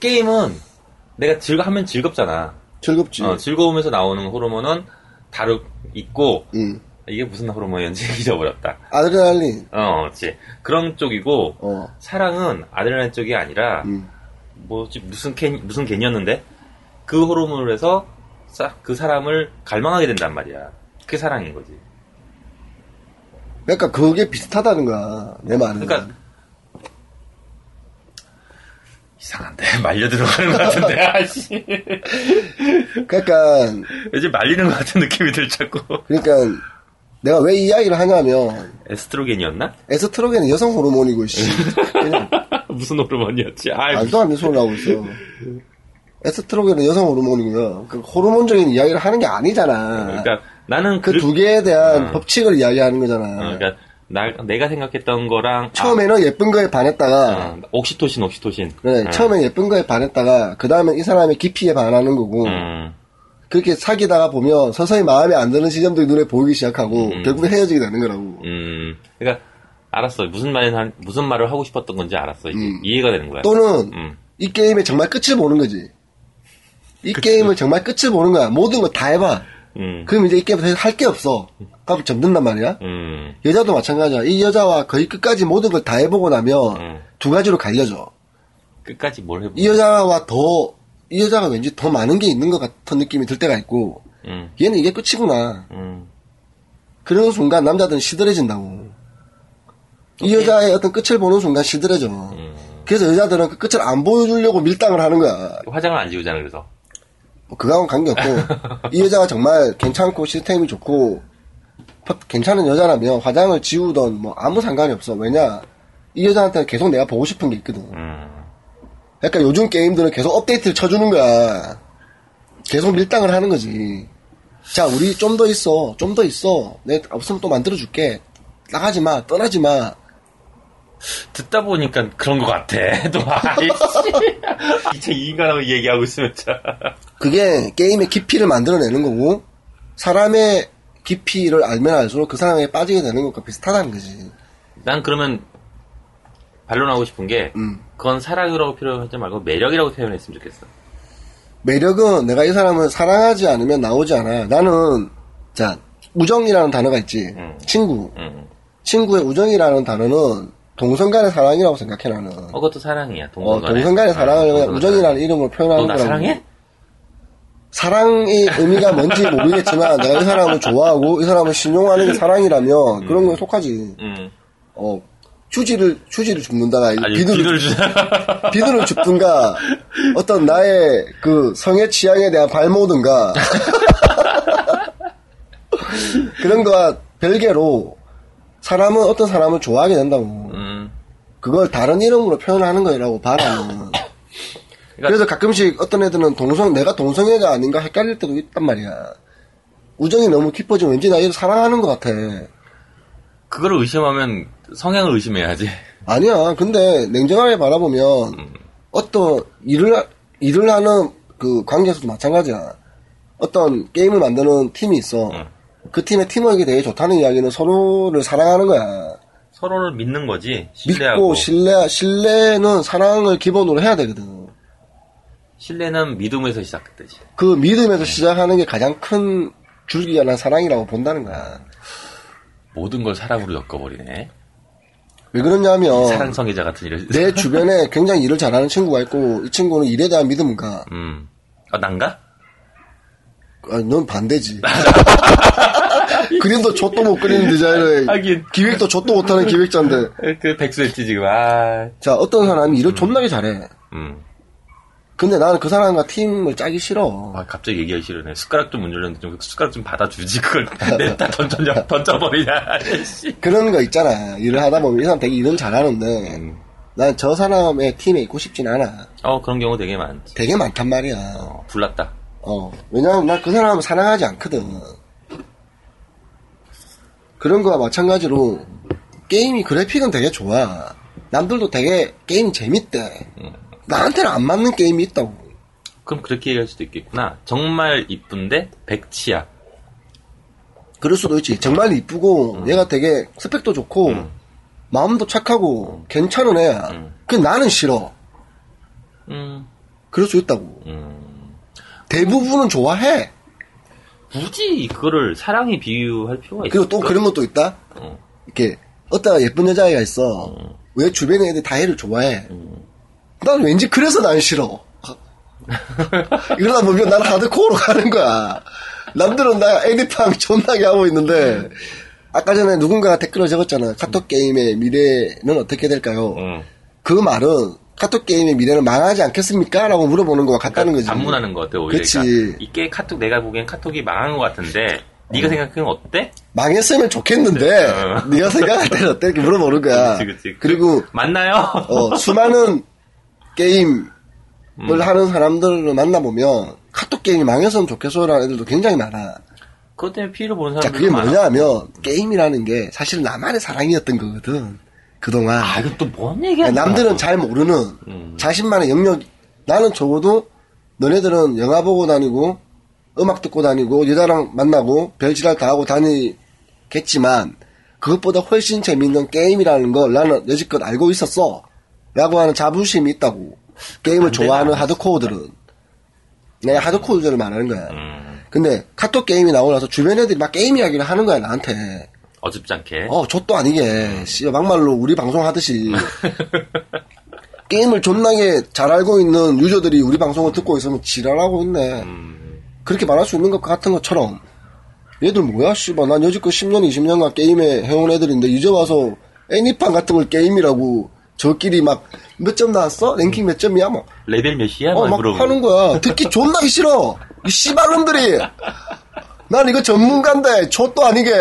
Speaker 4: 게임은 내가 즐거 하면 즐겁잖아.
Speaker 5: 즐겁지.
Speaker 4: 어, 즐거우면서 나오는 호르몬은 다르 있고
Speaker 5: 응.
Speaker 4: 이게 무슨 호르몬이었는지 (laughs) 잊어버렸다.
Speaker 5: 음. 아드레날린.
Speaker 4: 어, 그렇지. 그런 쪽이고
Speaker 5: 어.
Speaker 4: 사랑은 아드레날린 쪽이 아니라
Speaker 5: 음.
Speaker 4: 뭐지 무슨 캔 무슨 겐이었는데 그 호르몬을 해서 사- 그 사람을 갈망하게 된단 말이야. 그게 사랑인 거지.
Speaker 5: 그러니까 그게 비슷하다는 거야. 내 말은.
Speaker 4: 그러니까 이상한데 (laughs) 말려 들어가는 것 같은데 (laughs) 아씨
Speaker 5: 그러니까
Speaker 4: 요즘 말리는 것 같은 느낌이 들 자꾸
Speaker 5: 그러니까 내가 왜 이 이야기를 하냐면
Speaker 4: 에스트로겐이었나?
Speaker 5: 에스트로겐은 여성 호르몬이고 씨. 그냥
Speaker 4: (laughs) 무슨 호르몬이었지? 아
Speaker 5: 말도 안 되는 소리 나오고 있어. 에스트로겐은 여성 호르몬이고요. 그 호르몬적인 이야기를 하는 게 아니잖아.
Speaker 4: 그러니까 나는
Speaker 5: 그
Speaker 4: 그르-
Speaker 5: 두 개에 대한
Speaker 4: 어.
Speaker 5: 법칙을 이야기하는
Speaker 4: 어,
Speaker 5: 거잖아.
Speaker 4: 그러니까 나, 내가 생각했던 거랑
Speaker 5: 처음에는 예쁜 거에
Speaker 4: 아,
Speaker 5: 반했다가
Speaker 4: 어, 옥시토신 옥시토신
Speaker 5: 그래,
Speaker 4: 어.
Speaker 5: 처음엔 예쁜 거에 반했다가 그 다음에 이 사람의 깊이에 반하는 거고
Speaker 4: 음,
Speaker 5: 그렇게 사귀다가 보면 서서히 마음에 안 드는 시점들이 눈에 보이기 시작하고
Speaker 4: 음.
Speaker 5: 결국에 헤어지게 되는 거라고.
Speaker 4: 음. 그러니까 알았어 무슨 말을 한- 무슨 말을 하고 싶었던 건지 알았어 이제
Speaker 5: 음.
Speaker 4: 이해가 되는 거야
Speaker 5: 또는
Speaker 4: 음.
Speaker 5: 이 게임의 정말 끝을 보는 거지. 이 게임을 정말 끝을 보는 거야. 모든 거 다 해봐.
Speaker 4: 음.
Speaker 5: 그럼 이제 이 게임을 할 게 없어. 그럼 접는단 말이야.
Speaker 4: 음.
Speaker 5: 여자도 마찬가지야. 이 여자와 거의 끝까지 모든 걸 다 해보고 나면
Speaker 4: 음.
Speaker 5: 두 가지로 갈려져.
Speaker 4: 끝까지 뭘 해보
Speaker 5: 이 여자와 더, 이 여자가 왠지 더 많은 게 있는 것 같은 느낌이 들 때가 있고,
Speaker 4: 음.
Speaker 5: 얘는 이게 끝이구나.
Speaker 4: 음.
Speaker 5: 그런 순간 남자들은 시들해진다고. 이 여자의 어떤 끝을 보는 순간 시들해져. 그래서 여자들은 그 끝을 안 보여주려고 밀당을 하는 거야.
Speaker 4: 화장을 안 지우잖아 그래서
Speaker 5: 뭐 그거하고는 관계없고 이 여자가 정말 괜찮고 시스템이 좋고 퍼- 괜찮은 여자라면 화장을 지우던 뭐 아무 상관이 없어 왜냐 이 여자한테 는 계속 내가 보고 싶은 게 있거든
Speaker 4: 음.
Speaker 5: 약간 요즘 게임들은 계속 업데이트를 쳐주는 거야 계속 밀당을 하는 거지 자 우리 좀 더 있어 좀 더 있어 내가 없으면 또 만들어줄게 나가지 마 떠나지 마
Speaker 4: 듣다 보니까 그런 것 같아 (laughs) 또 아이씨 이제 이 인간하고 얘기하고 있으면 참
Speaker 5: 그게 게임의 깊이를 만들어내는 거고 사람의 깊이를 알면 알수록 그 사람에 빠지게 되는 것과 비슷하다는 거지
Speaker 4: 난 그러면 반론하고 싶은 게
Speaker 5: 음.
Speaker 4: 그건 사랑이라고 표현하지 말고 매력이라고 표현했으면 좋겠어.
Speaker 5: 매력은 내가 이 사람을 사랑하지 않으면 나오지 않아. 나는 자 우정이라는 단어가 있지.
Speaker 4: 음.
Speaker 5: 친구,
Speaker 4: 음.
Speaker 5: 친구의 우정이라는 단어는 동성간의 사랑이라고 생각해 나는.
Speaker 4: 어,
Speaker 5: 어,
Speaker 4: 그것도 사랑이야. 아, 동성간의,
Speaker 5: 동성간의 사랑을 그냥 우정이라는 이름으로 표현하는
Speaker 4: 너나
Speaker 5: 거라고.
Speaker 4: 사랑해?
Speaker 5: 사랑의 의미가 뭔지 모르겠지만 내가 이 사람을 좋아하고 이 사람을 신용하는 게 사랑이라면 그런 거에 속하지.
Speaker 4: 음.
Speaker 5: 어 휴지를 휴지를 줍는다나
Speaker 4: 아니,
Speaker 5: 비누를
Speaker 4: 비를 주자.
Speaker 5: (laughs) 비누를 줍든가 어떤 나의 그 성의 취향에 대한 발모든가 (laughs) 그런 거와 별개로 사람은 어떤 사람을 좋아하게 된다고
Speaker 4: 음.
Speaker 5: 그걸 다른 이름으로 표현하는 거라고 바라는
Speaker 4: 그러니까
Speaker 5: 그래서 가끔씩 어떤 애들은 동성 내가 동성애가 아닌가 헷갈릴 때도 있단 말이야 우정이 너무 깊어지면 왠지 나 얘를 사랑하는 것 같아
Speaker 4: 그걸 의심하면 성향을 의심해야지.
Speaker 5: 아니야. 근데 냉정하게 바라보면
Speaker 4: 음.
Speaker 5: 어떤 일을 일을 하는 그 관계에서도 마찬가지야. 어떤 게임을 만드는 팀이 있어.
Speaker 4: 음.
Speaker 5: 그 팀의 팀워크에 대해 좋다는 이야기는 서로를 사랑하는 거야.
Speaker 4: 서로를 믿는 거지. 신뢰하고.
Speaker 5: 믿고 신뢰 신뢰는 사랑을 기본으로 해야 되거든.
Speaker 4: 신뢰는 믿음에서 시작됐지.
Speaker 5: 그 믿음에서 시작하는 게 가장 큰 줄기가 난 사랑이라고 본다는 거야.
Speaker 4: 모든 걸 사랑으로 엮어버리네.
Speaker 5: 왜
Speaker 4: 어.
Speaker 5: 그러냐면
Speaker 4: 사랑성애자 같은 이런.
Speaker 5: 내 주변에 굉장히 일을 잘하는 친구가 있고 이 친구는 일에 대한 믿음과
Speaker 4: 음. 아, 난가?
Speaker 5: 아니,
Speaker 4: (laughs)
Speaker 5: 넌 반대지. 그림도 좆도 못 그리는 디자이너에
Speaker 4: 하긴.
Speaker 5: 기획도 좆도 못하는 기획자인데
Speaker 4: 그 백수했지, 지금. 아.
Speaker 5: 자 어떤 사람이 일을 존나게 잘해.
Speaker 4: 음.
Speaker 5: 근데 나는 그 사람과 팀을 짜기 싫어.
Speaker 4: 아, 갑자기 얘기하기 싫으네. 숟가락 좀 문질렀는데 좀 숟가락 좀 받아주지. 그걸 (laughs) 냅다 (laughs) 던져, 던져버리냐. 씨.
Speaker 5: 그런 거 있잖아. 일을 하다 보면 이 사람 되게 일은 잘하는데
Speaker 4: 음.
Speaker 5: 난 저 사람의 팀에 있고 싶진 않아.
Speaker 4: 어, 그런 경우 되게 많지.
Speaker 5: 되게 많단 말이야.
Speaker 4: 어, 불났다.
Speaker 5: 어. 왜냐면 난 그 사람을 사랑하지 않거든. 그런 거와 마찬가지로 게임이 그래픽은 되게 좋아. 남들도 되게 게임 재밌대. 나한테는 안 맞는 게임이 있다고.
Speaker 4: 그럼 그렇게 얘기할 수도 있겠구나. 정말 이쁜데, 백치야.
Speaker 5: 그럴 수도 있지. 정말 이쁘고 얘가 되게 스펙도 좋고 마음도 착하고 괜찮은 애야. 그 나는 싫어.
Speaker 4: 음,
Speaker 5: 그럴 수 있다고.
Speaker 4: 음.
Speaker 5: 대부분은 좋아해.
Speaker 4: 굳이 그거를 사랑에 비유할 필요가 있어.
Speaker 5: 그리고 또 그런 것도 있다.
Speaker 4: 어.
Speaker 5: 이렇게 어떤 예쁜 여자애가 있어.
Speaker 4: 음.
Speaker 5: 왜 주변에 애들 다 애를 좋아해? 난 왠지 그래서 난
Speaker 4: (laughs)
Speaker 5: 싫어. 이러다 보면 난 하드코어로 가는 거야. 남들은 나 애니팡 존나게 하고
Speaker 4: 음.
Speaker 5: 있는데 아까 전에 누군가가 댓글을 적었잖아. 카톡 게임의 미래는 어떻게 될까요?
Speaker 4: 음.
Speaker 5: 그 말은 카톡 게임의 미래는 망하지 않겠습니까? 라고 물어보는 거와 같다는 거지.
Speaker 4: 그러니까 반문하는 것 같아 오히려.
Speaker 5: 그치.
Speaker 4: 그러니까 이게 카톡 내가 보기엔 카톡이 망한 것 같은데 네가 생각하기엔 어때?
Speaker 5: 망했으면 좋겠는데
Speaker 4: 어.
Speaker 5: 네가 생각할 때는 어때? 이렇게 물어보는 거야.
Speaker 4: 그치, 아, 그치.
Speaker 5: 그리고
Speaker 4: 만나요?
Speaker 5: 어, 수많은 게임을 하는 사람들을 만나보면 카톡 게임이 망했으면 좋겠어라는 애들도 굉장히 많아.
Speaker 4: (laughs) 그것 때문에 피해를 보는
Speaker 5: 자,
Speaker 4: 사람들
Speaker 5: 그게 뭐냐 하면 게임이라는 게 사실 나만의 사랑이었던 거거든. 그동안.
Speaker 4: 아 이거 또 뭔 얘기야?
Speaker 5: 그러니까 남들은 잘 모르는 자신만의 영역. 나는 적어도 너네들은 영화 보고 다니고 음악 듣고 다니고 여자랑 만나고 별지랄 다 하고 다니겠지만 그것보다 훨씬 재밌는 게임이라는 걸 나는 여지껏 알고 있었어. 라고 하는 자부심이 있다고. 게임을 좋아하는 하드코어들은. 내가 하드코어 유저를 말하는 거야. 근데 카톡 게임이 나오고 나서 주변 애들이 막 게임 이야기를 하는 거야, 나한테.
Speaker 4: 어줍지 않게.
Speaker 5: 어, 저도 아니게. 씨, 막말로 우리 방송
Speaker 4: (laughs)
Speaker 5: 하듯이. 게임을 존나게 잘 알고 있는 유저들이 우리 방송을 듣고 있으면 지랄하고 있네. 그렇게 말할 수 있는 것 같은 것처럼. 얘들 뭐야, 씨발. 난 여지껏 10년, 20년간 게임에 해온 애들인데, 이제 와서 애니판 같은 걸 게임이라고 저끼리 막, 몇 점 나왔어? 랭킹 몇 점이야? 막,
Speaker 4: 레벨 몇이야?
Speaker 5: 어,
Speaker 4: 막
Speaker 5: 막
Speaker 4: 물어보고.
Speaker 5: 하는 거야. 듣기 존나기 싫어. 이 씨발놈들이. 난 이거 전문가인데, 저도 아니게.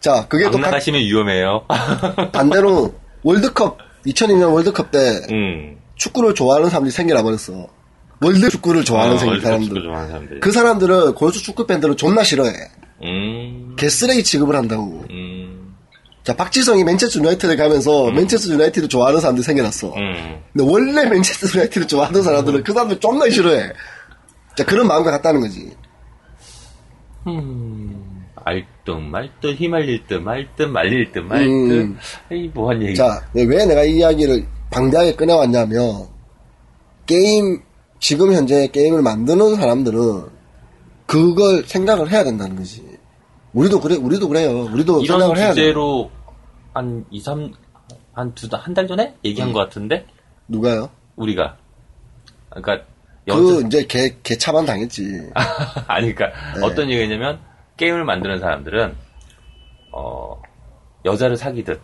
Speaker 5: 자, 그게 또
Speaker 4: 안
Speaker 5: 각- 아,
Speaker 4: 나가시면 위험해요.
Speaker 5: 반대로 월드컵 2002년 월드컵 때
Speaker 4: 음.
Speaker 5: 축구를 좋아하는 사람들이 생겨나 버렸어. 월드 축구를 좋아하는
Speaker 4: 어,
Speaker 5: 생-
Speaker 4: 월드컵
Speaker 5: 사람들.
Speaker 4: 축구 좋아하는 사람들.
Speaker 5: 그 사람들은 골수 축구 팬들을 존나 싫어해.
Speaker 4: 음.
Speaker 5: 개쓰레기 취급을 한다고.
Speaker 4: 음.
Speaker 5: 자 박지성이 맨체스터 유나이티드를 가면서 맨체스터 유나이티드 좋아하는 사람들이 생겨났어.
Speaker 4: 음.
Speaker 5: 근데 원래 맨체스터 유나이티드를 좋아하는 사람들은 그 사람들 존나 싫어해. 자 그런 마음과 같다는 거지.
Speaker 4: 음. 알듯 말듯 휘말릴 듯 말듯 말릴 듯 말듯.
Speaker 5: 음.
Speaker 4: 에이 뭐한 얘기.
Speaker 5: 자, 네, 왜 내가 이 이야기를 방대하게 꺼내왔냐면, 게임, 지금 현재 게임을 만드는 사람들은 그걸 생각을 해야 된다는 거지. 우리도 그래, 우리도 그래요. 우리도
Speaker 4: 이런
Speaker 5: 생각을 해야 돼.
Speaker 4: 주제로 한 2, 3,
Speaker 5: 음.
Speaker 4: 한 두, 한 달 전에 얘기한 것 같은데?
Speaker 5: 누가요?
Speaker 4: 우리가. 그러니까
Speaker 5: 그 이제 개 개차만 당했지.
Speaker 4: (laughs) 아니, 그러니까
Speaker 5: 네.
Speaker 4: 어떤 얘기냐면 게임을 만드는 사람들은 어 여자를 사귀듯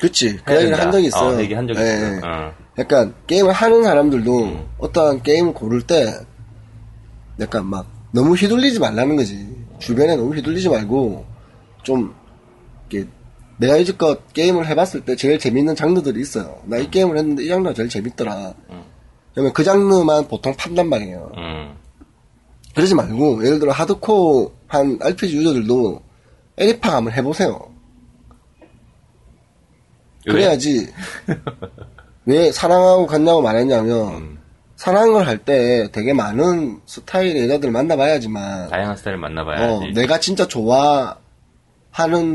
Speaker 5: 그치. 그
Speaker 4: 해야
Speaker 5: 얘기를
Speaker 4: 된다.
Speaker 5: 한 적이 있어요.
Speaker 4: 어, 얘기 한 적이
Speaker 5: 예,
Speaker 4: 있어요.
Speaker 5: 예.
Speaker 4: 어.
Speaker 5: 약간 게임을 하는 사람들도 어떠한 게임을 고를 때 약간 막 너무 휘둘리지 말라는 거지. 주변에 너무 휘둘리지 말고 좀 이렇게 내가 이제껏 게임을 해봤을 때 제일 재밌는 장르들이 있어요. 나 이 게임을 했는데 이 장르가 제일 재밌더라. 그러면 그 장르만 보통 판단 말이에요.
Speaker 4: 음.
Speaker 5: 그러지 말고 예를 들어 하드코어한 RPG 유저들도 에리파 한번 해보세요. 그래야지 왜 사랑하고 갔냐고 말했냐면
Speaker 4: 음.
Speaker 5: 사랑을 할 때 되게 많은 스타일의 여자들을 만나봐야지만
Speaker 4: 다양한 스타일을 만나봐야지.
Speaker 5: 어, 내가 진짜 좋아하는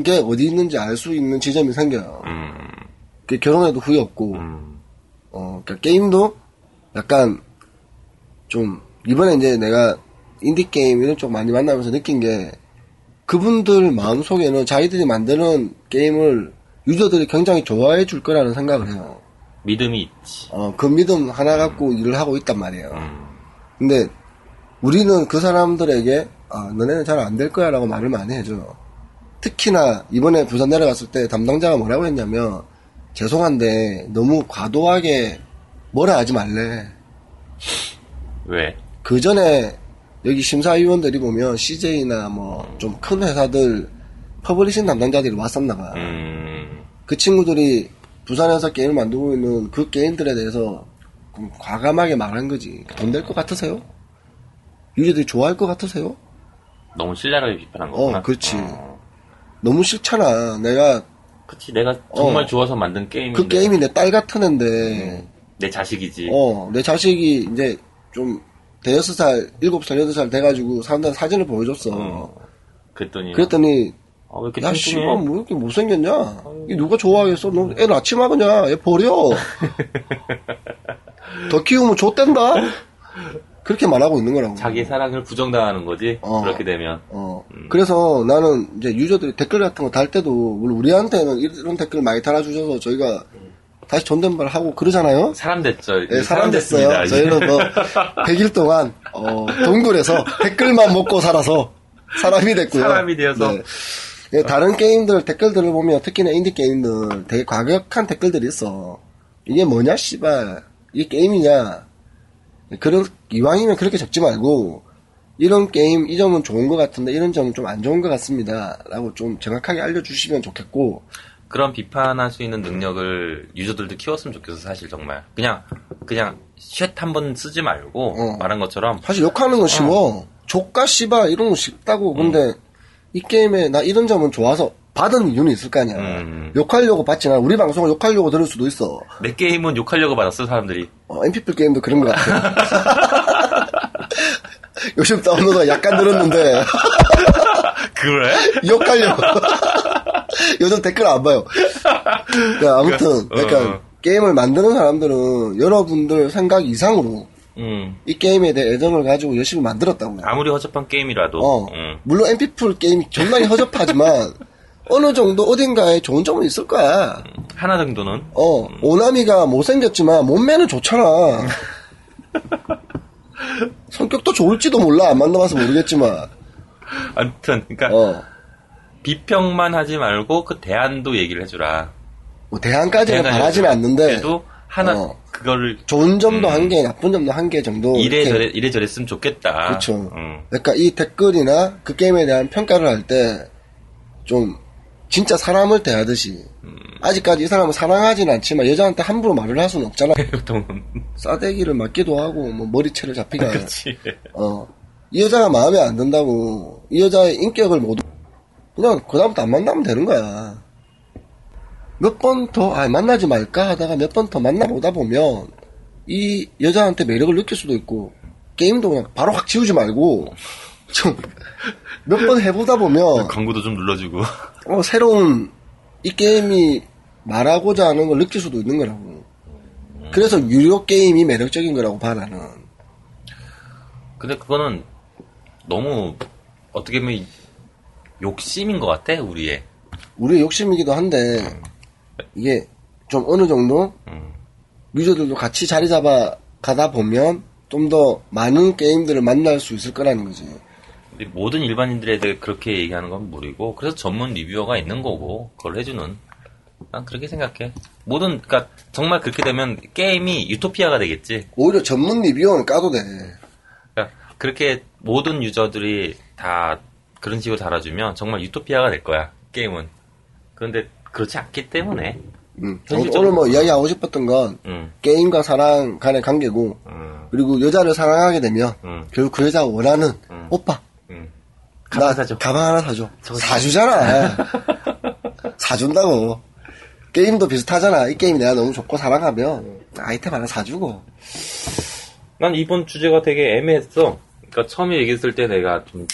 Speaker 5: 게 어디 있는지 알 수 있는 지점이 생겨요.
Speaker 4: 음.
Speaker 5: 그 결혼해도 후회 없고
Speaker 4: 음.
Speaker 5: 어, 그러니까 게임도 약간 좀 이번에 이제 내가 인디 게임 이런 쪽 많이 만나면서 느낀 게 그분들 마음 속에는 자기들이 만드는 게임을 유저들이 굉장히 좋아해 줄 거라는 생각을 해요.
Speaker 4: 믿음이 있지.
Speaker 5: 어, 그 믿음 하나 갖고 일을 하고 있단 말이에요. 근데 우리는 그 사람들에게 아, 너네는 잘 안 될 거야 라고 말을 많이 해줘요. 특히나 이번에 부산 내려갔을 때 담당자가 뭐라고 했냐면 죄송한데 너무 과도하게 뭐라 하지 말래.
Speaker 4: 왜?
Speaker 5: 그 전에 여기 심사위원들이 보면 CJ나 뭐 좀 큰 회사들 퍼블리싱 담당자들이 왔었나 봐.
Speaker 4: 음.
Speaker 5: 그 친구들이 부산에서 게임을 만들고 있는 그 게임들에 대해서 좀 과감하게 말한 거지. 돈 될 것 같으세요? 유저들이 좋아할 것 같으세요?
Speaker 4: 너무 신랄하게 비판한 거구나.
Speaker 5: 어, 그렇지.
Speaker 4: 어.
Speaker 5: 너무 싫잖아. 내가
Speaker 4: 그치. 내가 정말
Speaker 5: 어.
Speaker 4: 좋아서 만든 게임인데.
Speaker 5: 그 게임이 내 딸 같은 애인데,
Speaker 4: 내 자식이지.
Speaker 5: 어, 내 자식이 이제 좀 대여섯 살, 일곱 살, 여덟 살 돼가지고 사람들한테 사진을 보여줬어.
Speaker 4: 어. 그랬더니.
Speaker 5: 그랬더니,
Speaker 4: 아, 왜 이렇게
Speaker 5: 야, 씨,
Speaker 4: 뚱뚱해?
Speaker 5: 뭐 이렇게 못생겼냐? 이 누가 좋아하겠어? 너 애 낳지 마, 그냥. 얘
Speaker 4: (laughs)
Speaker 5: 버려. 더 키우면 좆된다? 그렇게 말하고 있는 거라고.
Speaker 4: 자기 음. 사랑을 부정당하는 거지.
Speaker 5: 어.
Speaker 4: 그렇게 되면.
Speaker 5: 어. 그래서 나는 이제 유저들이 댓글 같은 거 달 때도, 물론 우리한테는 이런 댓글 많이 달아주셔서 저희가
Speaker 4: 음.
Speaker 5: 다시 존댓말 하고 그러잖아요?
Speaker 4: 사람 됐죠.
Speaker 5: 예,
Speaker 4: 이제
Speaker 5: 사람
Speaker 4: 됐습니다,
Speaker 5: 됐어요.
Speaker 4: 이제.
Speaker 5: 저희는 뭐, 100일 동안, 어, 동굴에서 댓글만 먹고 살아서 사람이 됐고요.
Speaker 4: 사람이 되어서.
Speaker 5: 예, 다른 게임들 댓글들을 보면 특히나 인디 게임들 되게 과격한 댓글들이 있어. 이게 뭐냐, 씨발. 이게 게임이냐. 그런, 이왕이면 그렇게 적지 말고, 이런 게임, 이 점은 좋은 것 같은데, 이런 점은 좀 안 좋은 것 같습니다. 라고 좀 정확하게 알려주시면 좋겠고,
Speaker 4: (laughs) 그런 비판할 수 있는 능력을 유저들도 키웠으면 좋겠어, 사실 정말. 그냥, 그냥, 쉣 한 번 쓰지 말고,
Speaker 5: 어.
Speaker 4: 말한 것처럼,
Speaker 5: 사실 욕하는 건
Speaker 4: 어.
Speaker 5: 쉬워. 조까 씨바 이런 거 쉽다고.
Speaker 4: 음.
Speaker 5: 근데 이 게임에 나 이런 점은 좋아서 받은 이유는 있을 거 아니야.
Speaker 4: 음.
Speaker 5: 욕하려고 받진 않아. 우리 방송을 욕하려고 들을 수도 있어.
Speaker 4: 내 게임은 욕하려고 받았어, 사람들이.
Speaker 5: 어, MP3 게임도 그런 것 같아. (laughs) 요즘 다운로드가 약간 늘었는데 (laughs)
Speaker 4: 그래?
Speaker 5: 욕하려고. (laughs) 요즘 댓글 안 봐요. 그러니까 아무튼
Speaker 4: 그러니까,
Speaker 5: 그러니까
Speaker 4: 어.
Speaker 5: 게임을 만드는 사람들은 여러분들 생각 이상으로
Speaker 4: 음.
Speaker 5: 이 게임에 대해 애정을 가지고 열심히 만들었다고요.
Speaker 4: 아무리 허접한 게임이라도,
Speaker 5: 어,
Speaker 4: 음.
Speaker 5: 물론 MP4 게임이 정말
Speaker 4: (laughs)
Speaker 5: 허접하지만, 어느 정도 어딘가에 좋은 점은 있을 거야.
Speaker 4: 하나 정도는,
Speaker 5: 어, 오나미가 못생겼지만,
Speaker 4: (laughs)
Speaker 5: 몸매는 좋잖아. 성격도 좋을지도 몰라. 안 만나봐서 모르겠지만.
Speaker 4: 아무튼, 그러니까,
Speaker 5: 어.
Speaker 4: 비평만 하지 말고, 그 대안도 얘기를 해주라.
Speaker 5: 뭐 대안까지는
Speaker 4: 대안까지
Speaker 5: 바라지는 않는데,
Speaker 4: 그래도, 하나,
Speaker 5: 어.
Speaker 4: 그거를,
Speaker 5: 좋은 점도 한 개, 나쁜 점도 한 개 정도. 이렇게
Speaker 4: 이래저래, 이래저랬으면 좋겠다.
Speaker 5: 그렇죠.
Speaker 4: 음.
Speaker 5: 그러니까 이 댓글이나 그 게임에 대한 평가를 할 때 좀 진짜 사람을 대하듯이
Speaker 4: 음.
Speaker 5: 아직까지 이 사람을 사랑하진 않지만 여자한테 함부로 말을 할 수는 없잖아. (laughs)
Speaker 4: 보통은.
Speaker 5: 싸대기를 맞기도 하고 뭐 머리채를 잡히가.
Speaker 4: 그렇지.
Speaker 5: 어. 이 여자가 마음에 안 든다고 이 여자의 인격을 못 그냥 그다음부터 안 만나면 되는 거야. 몇 번 더 아, 만나지 말까 하다가 몇 번 더 만나보다 보면 이 여자한테 매력을 느낄 수도 있고 게임도 그냥 바로 확 지우지 말고 좀 몇 번 해보다 보면
Speaker 4: 광고도 좀 눌러주고. (laughs)
Speaker 5: 어, 새로운 이 게임이 말하고자 하는 걸 느낄 수도 있는 거라고. 그래서 유료 게임이 매력적인 거라고 봐 나는.
Speaker 4: 근데 그거는 너무 어떻게 보면 욕심인 것 같아 우리의
Speaker 5: 우리의 욕심이기도 한데 이게 좀 어느 정도
Speaker 4: 음.
Speaker 5: 유저들도 같이 자리 잡아 가다 보면 좀 더 많은 게임들을 만날 수 있을 거라는 거지.
Speaker 4: 근데 모든 일반인들에 대해 그렇게 얘기하는 건 무리고 그래서 전문 리뷰어가 있는 거고 그걸 해주는 난 그렇게 생각해 모든 그러니까 정말 그렇게 되면 게임이 유토피아가 되겠지
Speaker 5: 오히려 전문 리뷰어는 까도 돼.
Speaker 4: 그러니까 그렇게 모든 유저들이 다 그런 식으로 달아주면 정말 유토피아가 될 거야 게임은 그런데 그렇지 않기 때문에
Speaker 5: 음.
Speaker 4: 현실적으로 그렇죠.
Speaker 5: 오늘 뭐 이야기하고 싶었던 건
Speaker 4: 음,
Speaker 5: 게임과 사랑 간의 관계고
Speaker 4: 음,
Speaker 5: 그리고 여자를 사랑하게 되면
Speaker 4: 음.
Speaker 5: 결국 그 여자가 원하는
Speaker 4: 음.
Speaker 5: 오빠
Speaker 4: 음.
Speaker 5: 나
Speaker 4: 사줘.
Speaker 5: 가방 하나 사줘
Speaker 4: 저거
Speaker 5: 사주잖아 사준다고 게임도 비슷하잖아 이 게임이 내가 너무 좋고 사랑하면 아이템 하나 사주고 어,
Speaker 4: 난 이번 주제가 되게 애매했어 그러니까 처음에 얘기했을 때 내가 좀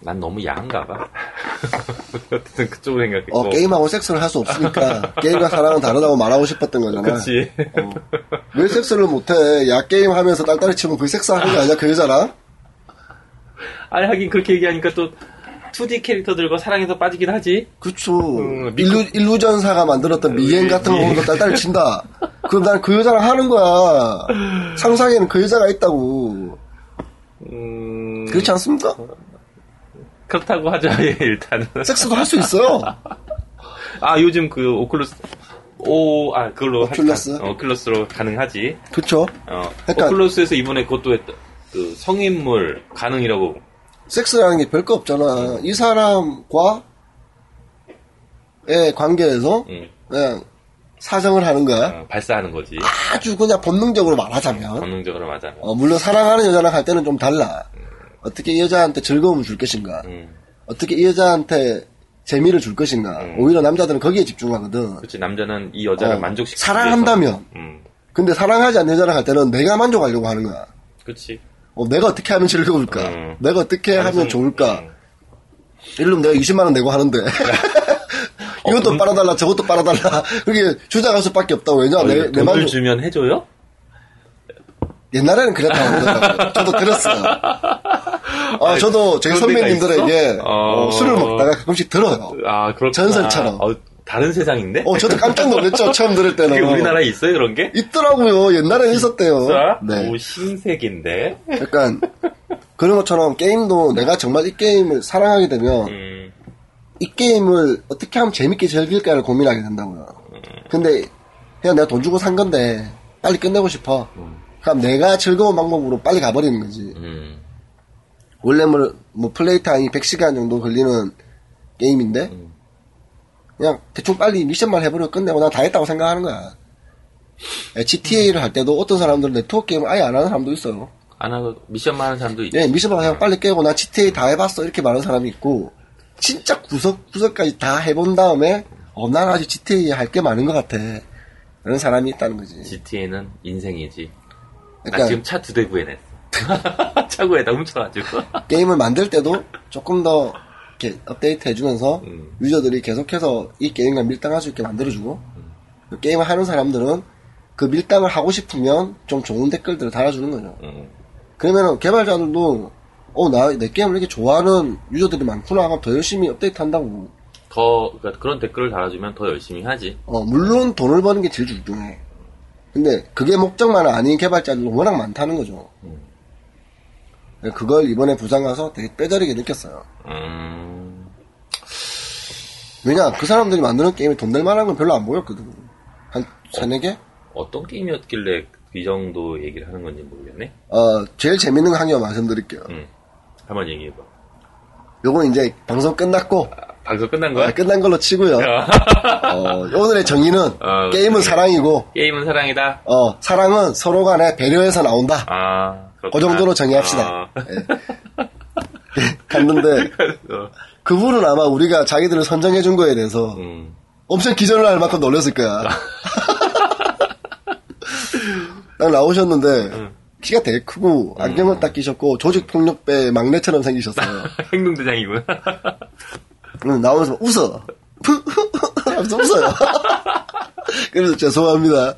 Speaker 4: 난 너무 야한가 봐 (laughs) 어쨌든 그쪽으로 생각했고
Speaker 5: 어, 게임하고 섹스를 할
Speaker 4: (laughs)
Speaker 5: 수 없으니까 게임과 사랑은 다르다고 말하고 싶었던 거잖아
Speaker 4: 그치
Speaker 5: 왜 섹스를 못해 야 게임 하면서 딸딸이 치면 그 섹스 하는 거 아니야 그 여자랑
Speaker 4: (laughs) 아니 하긴 그렇게 얘기하니까 또 2D 캐릭터들과 사랑에서 빠지긴 하지.
Speaker 5: 그쵸.
Speaker 4: 음,
Speaker 5: 일루, 일루전사가 만들었던 미행 같은 거 보면서 딸딸 친다. 그럼 난 그 여자랑 하는 거야. 상상에는 그 여자가 있다고.
Speaker 4: 음,
Speaker 5: 그렇지 않습니까?
Speaker 4: 그렇다고 하죠. (laughs) 예, 일단은.
Speaker 5: 섹스도 할 수 있어요.
Speaker 4: 아 요즘 그 오클루스 오, 아, 그걸로
Speaker 5: 오큘러스?
Speaker 4: 하니까, 어, 오클러스로 가능하지.
Speaker 5: 그쵸.
Speaker 4: 어,
Speaker 5: 그러니까-
Speaker 4: 오클러스에서 이번에 그것도 했다. 그 성인물 가능이라고.
Speaker 5: 섹스라는 게 별거 없잖아. 이 사람과 의 관계에서
Speaker 4: 음,
Speaker 5: 그냥 사정을 하는 거야.
Speaker 4: 어, 발사하는 거지.
Speaker 5: 아주 그냥 본능적으로 말하자면.
Speaker 4: 본능적으로 맞아.
Speaker 5: 어, 물론 사랑하는 여자랑 할 때는 좀 달라. 어떻게 이 여자한테 즐거움을 줄 것인가.
Speaker 4: 음,
Speaker 5: 어떻게 이 여자한테 재미를 줄 것인가. 오히려 남자들은 거기에 집중하거든.
Speaker 4: 그렇지 남자는 이 그렇죠. 여자를
Speaker 5: 어,
Speaker 4: 만족시키기
Speaker 5: 사랑한다면.
Speaker 4: 위해서. 음,
Speaker 5: 근데 사랑하지 않는 여자랑 할 때는 내가 만족하려고 하는 거야.
Speaker 4: 그렇지.
Speaker 5: 어, 내가 어떻게 하면 즐거울까?
Speaker 4: 음.
Speaker 5: 내가 어떻게 하면
Speaker 4: 단순-
Speaker 5: 좋을까?
Speaker 4: 음. 네.
Speaker 5: 예를 들면 내가 20만원 내고 하는데. (laughs) 이것도
Speaker 4: 어, 돈-
Speaker 5: 빨아달라, 저것도
Speaker 4: (laughs)
Speaker 5: 빨아달라. 그게 주장할 수밖에 없다고. 왜냐?
Speaker 4: 어,
Speaker 5: 내,
Speaker 4: 돈을
Speaker 5: 내 만족.
Speaker 4: 주면 해줘요?
Speaker 5: 옛날에는 그랬다고.
Speaker 4: (laughs)
Speaker 5: 그러더라고요. 저도 그랬어요. 아,
Speaker 4: 아니,
Speaker 5: 저도 저희
Speaker 4: 그런 데가
Speaker 5: 선배님들에게
Speaker 4: 있어? 어.
Speaker 5: 어, 술을 먹다가 가끔씩 들어요.
Speaker 4: 아, 그렇구나.
Speaker 5: 전설처럼.
Speaker 4: 어, 다른 세상인데?
Speaker 5: 어, 저도
Speaker 4: (laughs)
Speaker 5: 깜짝 놀랐죠. 처음 들을 때는.
Speaker 4: 그게 우리나라에 있어요, 그런 게?
Speaker 5: 있더라고요. 옛날엔 있었대요.
Speaker 4: 진짜?
Speaker 5: 네.
Speaker 4: 오, 신세계인데?
Speaker 5: 약간 그런 것처럼 게임도 내가 정말 이 게임을 사랑하게 되면
Speaker 4: 음,
Speaker 5: 이 게임을 어떻게 하면 재밌게 즐길까를 고민하게 된다고요. 근데 그냥 내가 돈 주고 산 건데 빨리 끝내고 싶어. 그럼 내가 즐거운 방법으로 빨리 가버리는 거지.
Speaker 4: 음,
Speaker 5: 원래 뭐, 뭐 플레이 타임이 100시간 정도 걸리는 게임인데 그냥 대충 빨리 미션만 해버리고 끝내고 난 다 했다고 생각하는 거야. GTA를 할 때도 어떤 사람들은 네트워크 게임을 아예 안 하는 사람도 있어요.
Speaker 4: 안 하고, 그 미션만 하는 사람도 있지.
Speaker 5: 예, 미션 그냥 빨리 깨고 나 GTA 다 해봤어 이렇게 말하는 사람이 있고 진짜 구석구석까지 다 해본 다음에 어, 난 아직 GTA 할 게 많은 것 같아 이런 사람이 있다는
Speaker 4: 음,
Speaker 5: 거지
Speaker 4: GTA는 인생이지. 나
Speaker 5: 그러니까
Speaker 4: 지금 차 두 대 구해냈어. (laughs) 차고에다
Speaker 5: (laughs)
Speaker 4: 훔쳐가지고.
Speaker 5: 게임을 만들 때도 조금 더 이렇게 업데이트 해주면서
Speaker 4: 음.
Speaker 5: 유저들이 계속해서 이 게임과 밀당할 수 있게 만들어주고 그 게임을 하는 사람들은 그 밀당을 하고 싶으면 좀 좋은 댓글들을 달아주는 거죠
Speaker 4: 음,
Speaker 5: 그러면 개발자들도 어 나 내 게임을 이렇게 좋아하는 유저들이 많구나 하면 더 열심히 업데이트 한다고
Speaker 4: 더, 그러니까 그런 댓글을 달아주면 더 열심히 하지.
Speaker 5: 어, 물론 돈을 버는 게 제일 중요해. 근데 그게 목적만 아닌 개발자들도 워낙 많다는 거죠. 네, 그걸 이번에 부산 가서 되게 뼈저리게 느꼈어요.
Speaker 4: 음,
Speaker 5: 왜냐, 그 사람들이 만드는 게임에 돈 될 만한 건 별로 안 보였거든. 한, 세네 개?
Speaker 4: 어떤 게임이었길래 이 정도 얘기를 하는 건지 모르겠네.
Speaker 5: 어, 제일 재밌는 거 한 개만 말씀드릴게요.
Speaker 4: 음, 한번 얘기해봐.
Speaker 5: 요건 이제 방송 끝났고,
Speaker 4: 아, 방송 끝난
Speaker 5: 아,
Speaker 4: 거야?
Speaker 5: 끝난 걸로 치고요. 어, 오늘의 정의는
Speaker 4: 아,
Speaker 5: 게임은
Speaker 4: 그래.
Speaker 5: 사랑이고,
Speaker 4: 게임은 사랑이다.
Speaker 5: 어, 사랑은 서로 간에 배려해서 나온다.
Speaker 4: 아,
Speaker 5: 그
Speaker 4: 그렇구나.
Speaker 5: 정도로 정의합시다.
Speaker 4: 아,
Speaker 5: 예. (laughs) 갔는데
Speaker 4: 어,
Speaker 5: 그분은 아마 우리가 자기들을 선정해 준 거에 대해서
Speaker 4: 음. 아.
Speaker 5: 엄청 기절을 할 만큼 놀렸을 거야. (laughs) 딱
Speaker 4: 음.
Speaker 5: 나오셨는데 키가 되게 크고 안경을 딱 끼셨고 조직 폭력배 막내처럼
Speaker 4: 아.
Speaker 5: 생기셨어요.
Speaker 4: (laughs) 행동대장이구나. (laughs)
Speaker 5: 응, 나오면서 웃어. 하면서 웃어요. (laughs) 그래서 죄송합니다.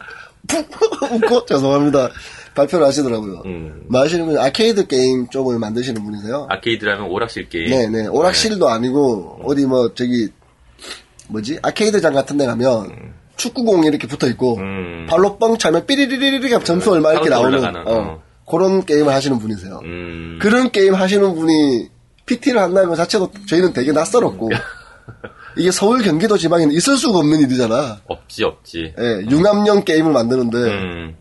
Speaker 5: 웃고 죄송합니다. 발표를 하시더라고요.
Speaker 4: 음.
Speaker 5: 마시는 분 아케이드 게임 쪽을 만드시는 분이세요.
Speaker 4: 아케이드라면 오락실 게임.
Speaker 5: 네네 오락실도 아니고 어디 뭐 저기 뭐지 아케이드장 같은 데 가면 축구공이 이렇게 붙어 있고
Speaker 4: 음.
Speaker 5: 발로 뻥 차면 삐리리리리리 점수 얼마 이렇게
Speaker 4: 하고
Speaker 5: 나오는
Speaker 4: 올라가는,
Speaker 5: 어,
Speaker 4: 어.
Speaker 5: 그런 게임을 하시는 분이세요.
Speaker 4: 음,
Speaker 5: 그런 게임 하시는 분이 PT를 한다는 것 자체도 저희는 되게 낯설었고 이게 서울 경기도 지방에는 있을 수가 없는 일이잖아.
Speaker 4: 없지, 없지.
Speaker 5: 예, 융합형 게임을 만드는데
Speaker 4: 음,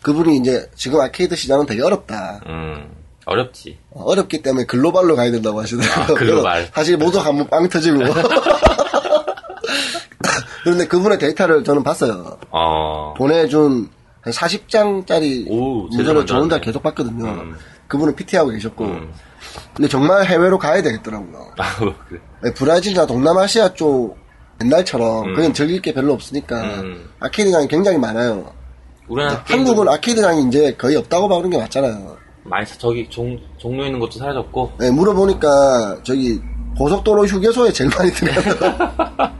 Speaker 5: 그분이 이제 지금 아케이드 시장은 되게 어렵다.
Speaker 4: 음, 어렵지.
Speaker 5: 어렵기 때문에 글로벌로 가야 된다고 하시더라고요.
Speaker 4: 아, 글로벌.
Speaker 5: 그래서 사실 모두 한번 빵 터지고. (laughs) 그런데 그분의 데이터를 저는 봤어요.
Speaker 4: 어, (laughs)
Speaker 5: 보내준 한 40장짜리
Speaker 4: 오, 제대로
Speaker 5: 문제를 저는 다
Speaker 4: 만들었네.
Speaker 5: 계속 봤거든요.
Speaker 4: 음.
Speaker 5: 그분은 PT하고 계셨고.
Speaker 4: 음.
Speaker 5: 근데 정말 해외로 가야 되겠더라고요.
Speaker 4: 아, 뭐, 그래.
Speaker 5: 네, 브라질이나 동남아시아 쪽 옛날처럼
Speaker 4: 음.
Speaker 5: 그냥 즐길 게 별로 없으니까
Speaker 4: 음.
Speaker 5: 아케이드장이 굉장히 많아요.
Speaker 4: 우리나라 게임도
Speaker 5: 한국은 아케이드장이 이제 거의 없다고 보는 게 맞잖아요.
Speaker 4: 많이 사- 저기 종, 종로 있는 것도 사라졌고
Speaker 5: 네, 물어보니까 저기 고속도로 휴게소에 제일 많이
Speaker 4: (laughs)
Speaker 5: 들어간다.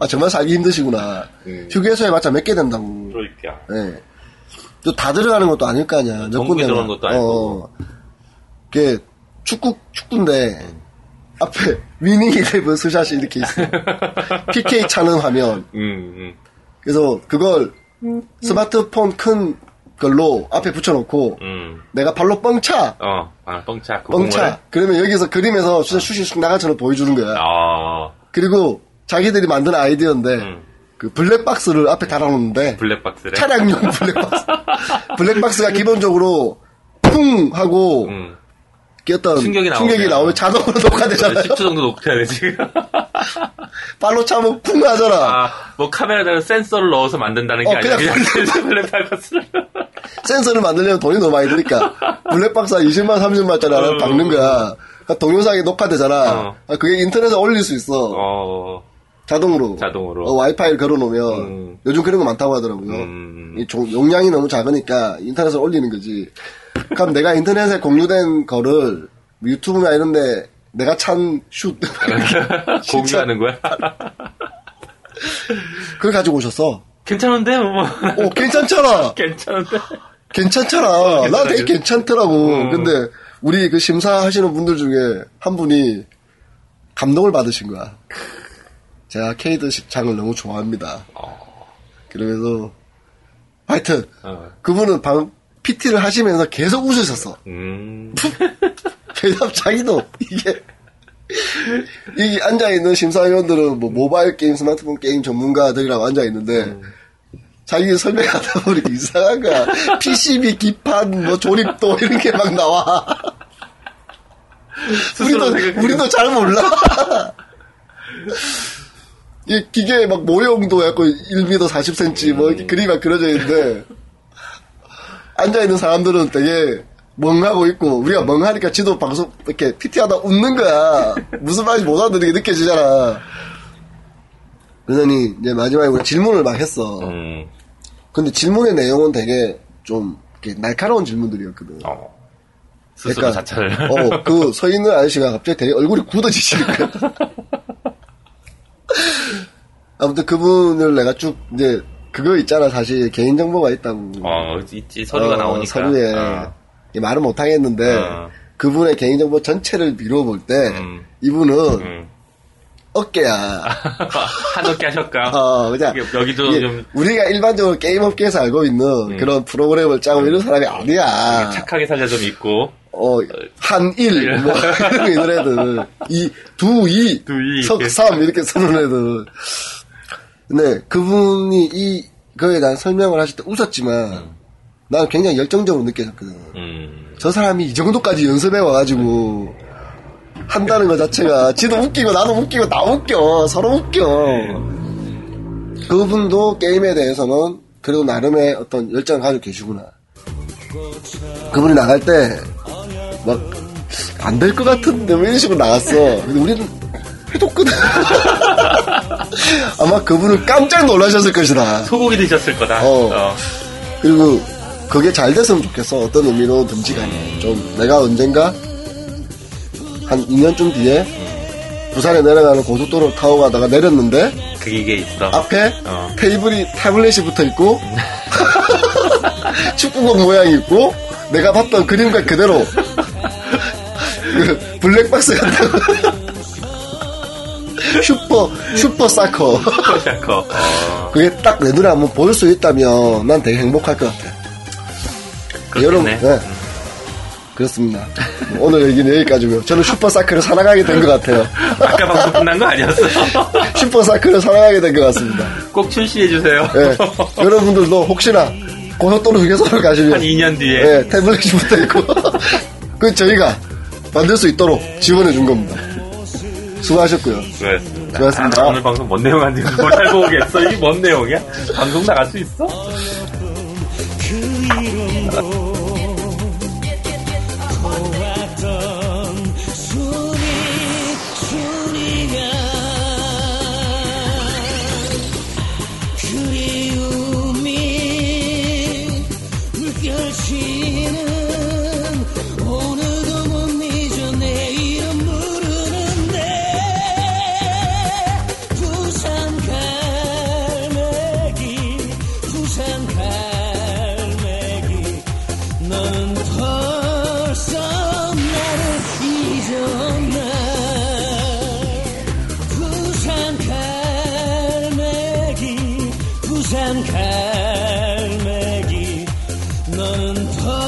Speaker 5: 아 정말 살기 힘드시구나.
Speaker 4: 음.
Speaker 5: 휴게소에 맞자 몇 개 된다고.
Speaker 4: 그러니까
Speaker 5: 예. 또 다 들어가는 것도 아닐 거 아니야. 몇
Speaker 4: 전국에
Speaker 5: 군데
Speaker 4: 들어간 것도 아닐 거고.
Speaker 5: 게 축구 축구인데 앞에 위닝 이레븐 스샷이
Speaker 4: (laughs)
Speaker 5: 이렇게 있어. 요 PK 차는 화면.
Speaker 4: 음,
Speaker 5: 그래서 그걸 스마트폰 큰 걸로 앞에 붙여놓고
Speaker 4: 음, 음.
Speaker 5: 내가 발로 뻥차.
Speaker 4: 어, 아, 뻥차 그
Speaker 5: 뻥차. 그러면 여기서 그림에서 진짜 슛이 쑥 나가처럼 보여주는 거야.
Speaker 4: 아
Speaker 5: 그리고 자기들이 만든 아이디어인데
Speaker 4: 음.
Speaker 5: 그 블랙박스를 앞에 달아놓는데
Speaker 4: 블랙박스래
Speaker 5: 차량용 (laughs) 블랙박스. 블랙박스가 기본적으로 쿵 하고
Speaker 4: 음.
Speaker 5: 이렇게 어떤
Speaker 4: 충격이 나오면. 네,
Speaker 5: 나오면 자동으로 녹화되잖아요.
Speaker 4: 10초 정도 녹화야 돼 지금
Speaker 5: (laughs) 발로 차면 쿵 하잖아.
Speaker 4: 아, 뭐 카메라에다가 센서를 넣어서 만든다는 게
Speaker 5: 어,
Speaker 4: 아니라
Speaker 5: 그냥
Speaker 4: 그냥 블랙박스를 (laughs)
Speaker 5: 센서를 만들려면 돈이 너무 많이 드니까 블랙박스 한 20만 30만짜리 하나
Speaker 4: 어.
Speaker 5: 박는 거야. 그러니까 동영상이 녹화되잖아.
Speaker 4: 어.
Speaker 5: 아, 그게 인터넷에 올릴 수 있어.
Speaker 4: 어,
Speaker 5: 자동으로.
Speaker 4: 자동으로.
Speaker 5: 어, 와이파이를 걸어놓으면
Speaker 4: 음.
Speaker 5: 요즘 그런 거 많다고 하더라고요.
Speaker 4: 음.
Speaker 5: 이 종- 용량이 너무 작으니까 인터넷에 올리는 거지. 그럼 내가 인터넷에 공유된 거를 유튜브나 이런데 내가 찬
Speaker 4: (laughs)
Speaker 5: 슛. (laughs)
Speaker 4: 공유하는 거야 (laughs)
Speaker 5: 그걸 가지고 오셨어.
Speaker 4: 괜찮은데 뭐 (laughs)
Speaker 5: 오, 괜찮잖아.
Speaker 4: 괜찮은데
Speaker 5: (laughs) 괜찮잖아. 나 되게 괜찮더라고.
Speaker 4: 음.
Speaker 5: 근데 우리 그 심사하시는 분들 중에 한 분이 감동을 받으신 거야. 제가 케이드 식장을 너무 좋아합니다. 어. 그러면서 하여튼
Speaker 4: 어.
Speaker 5: 그분은 방 PT를 하시면서 계속 웃으셨어.
Speaker 4: 음,
Speaker 5: (laughs) 대답 자기도 이게 (laughs) 이 앉아 있는 심사위원들은 뭐 모바일 게임, 스마트폰 게임 전문가들이라고 앉아 있는데 자기 설명하다 보니 이상한 거야. (laughs) PCB 기판 뭐 조립도 이런 게 막 나와.
Speaker 4: 스스로
Speaker 5: 우리도
Speaker 4: 생각해.
Speaker 5: 우리도 잘
Speaker 4: (laughs)
Speaker 5: 몰라. 이 기계 막 모형도 약간 1m 40cm 뭐 이렇게 그림이 막 그려져 있는데 앉아 있는 사람들은 되게 멍하고 있고 우리가 멍하니까 지도 방송 이렇게 PT하다 웃는 거야 무슨 말인지 못 알아듣는 게 느껴지잖아 그러더니 이제 마지막에 우리 질문을 막 했어
Speaker 4: 음,
Speaker 5: 근데 질문의 내용은 되게 좀 이렇게 날카로운 질문들이었거든
Speaker 4: 어. 스스로 자차를
Speaker 5: 어, 그 서 있는 아저씨가 갑자기 되게 얼굴이 굳어지시는
Speaker 4: (laughs)
Speaker 5: 거야. 아무튼 그분을 내가 쭉 이제 그거 있잖아 사실 개인 정보가 있다고.
Speaker 4: (laughs) 어, 있지 서류가
Speaker 5: 어,
Speaker 4: 나오니까
Speaker 5: 서류에
Speaker 4: 어. (laughs)
Speaker 5: 이게 말은 못 하겠는데
Speaker 4: 어.
Speaker 5: 그분의 개인 정보 전체를 비로 볼 때
Speaker 4: 음.
Speaker 5: 이분은
Speaker 4: 음. (laughs)
Speaker 5: 어깨야.
Speaker 4: 한없게 하셨까?
Speaker 5: 어, 그냥
Speaker 4: 이게 여기도
Speaker 5: 이게
Speaker 4: 좀 음.
Speaker 5: 우리가 일반적으로 게임 업계에서 알고 있는 그런 프로그램을 짜고 이런 사람이 아니야.
Speaker 4: 착하게 살려 좀 있고
Speaker 5: 어, 한일, 뭐, (laughs) 이런 애들. 이, 두, 이,
Speaker 4: 두, 이.
Speaker 5: 석, 삼, 이렇게 쓰는 애들. 근데 그분이 이, 그에 대한 설명을 하실 때 웃었지만, 난 굉장히 열정적으로 느껴졌거든.
Speaker 4: 음,
Speaker 5: 저 사람이 이 정도까지 연습해 와가지고, 한다는 것 자체가, 지도 웃기고, 나도 웃기고, 나 웃겨. 서로 웃겨. 그분도 게임에 대해서는, 그래도 나름의 어떤 열정을 가지고 계시구나. 그분이 나갈 때, 막, 안 될 것 같은데, 뭐 이런 식으로 나갔어. 근데 우리는 해뒀거든. (laughs) 아마 그분은 깜짝 놀라셨을 것이다.
Speaker 4: 소고기 드셨을 거다.
Speaker 5: 어.
Speaker 4: 어.
Speaker 5: 그리고 그게 잘 됐으면 좋겠어. 어떤 의미로 듬직하게. 좀 내가 언젠가 한 2년쯤 뒤에 부산에 내려가는 고속도로 타고 가다가 내렸는데
Speaker 4: 그게 이게 있어.
Speaker 5: 앞에
Speaker 4: 어.
Speaker 5: 테이블이 태블릿이 붙어 있고 (laughs) 축구공 모양이 있고 내가 봤던 그림과 그대로 그 블랙박스 같은 (laughs) 슈퍼 슈퍼 사커
Speaker 4: 샤커. 어.
Speaker 5: 그게 딱 내 눈에 한번 보일 수 있다면 난 되게 행복할 것 같아. 여러분,
Speaker 4: 그렇겠네. 음.
Speaker 5: 네. 그렇습니다. 오늘 얘기는 여기까지고요. 저는 슈퍼사크를 사랑하게 된 것 같아요. (laughs)
Speaker 4: 아까 방송 끝난 거 아니었어?
Speaker 5: 슈퍼사크를 사랑하게 된 것 같습니다.
Speaker 4: 꼭 출시해주세요.
Speaker 5: 예. 여러분들도 혹시나 고속도로 휴게소를
Speaker 4: (laughs)
Speaker 5: 가시면
Speaker 4: 한 2년 뒤에.
Speaker 5: 예, 태블릿이 붙어 있고 (laughs) 그 저희가 만들 수 있도록 지원해 준 겁니다. 수고하셨고요.
Speaker 4: 수고하셨습니다.
Speaker 5: 수고하셨습니다.
Speaker 4: 아, 오늘 방송 뭔 내용 안 되고 뭘 알고 오겠어? 이게 뭔 내용이야? 방송 나갈 수 있어?
Speaker 6: 보았던 순이 순이가 그리움이 물결치는 오늘도 못 잊어 내 이름 부르는데 부산 갈매기 부산 갈매기 너는 벌써 나를 잊었나 부산 갈매기 부산 갈매기 너는 벌써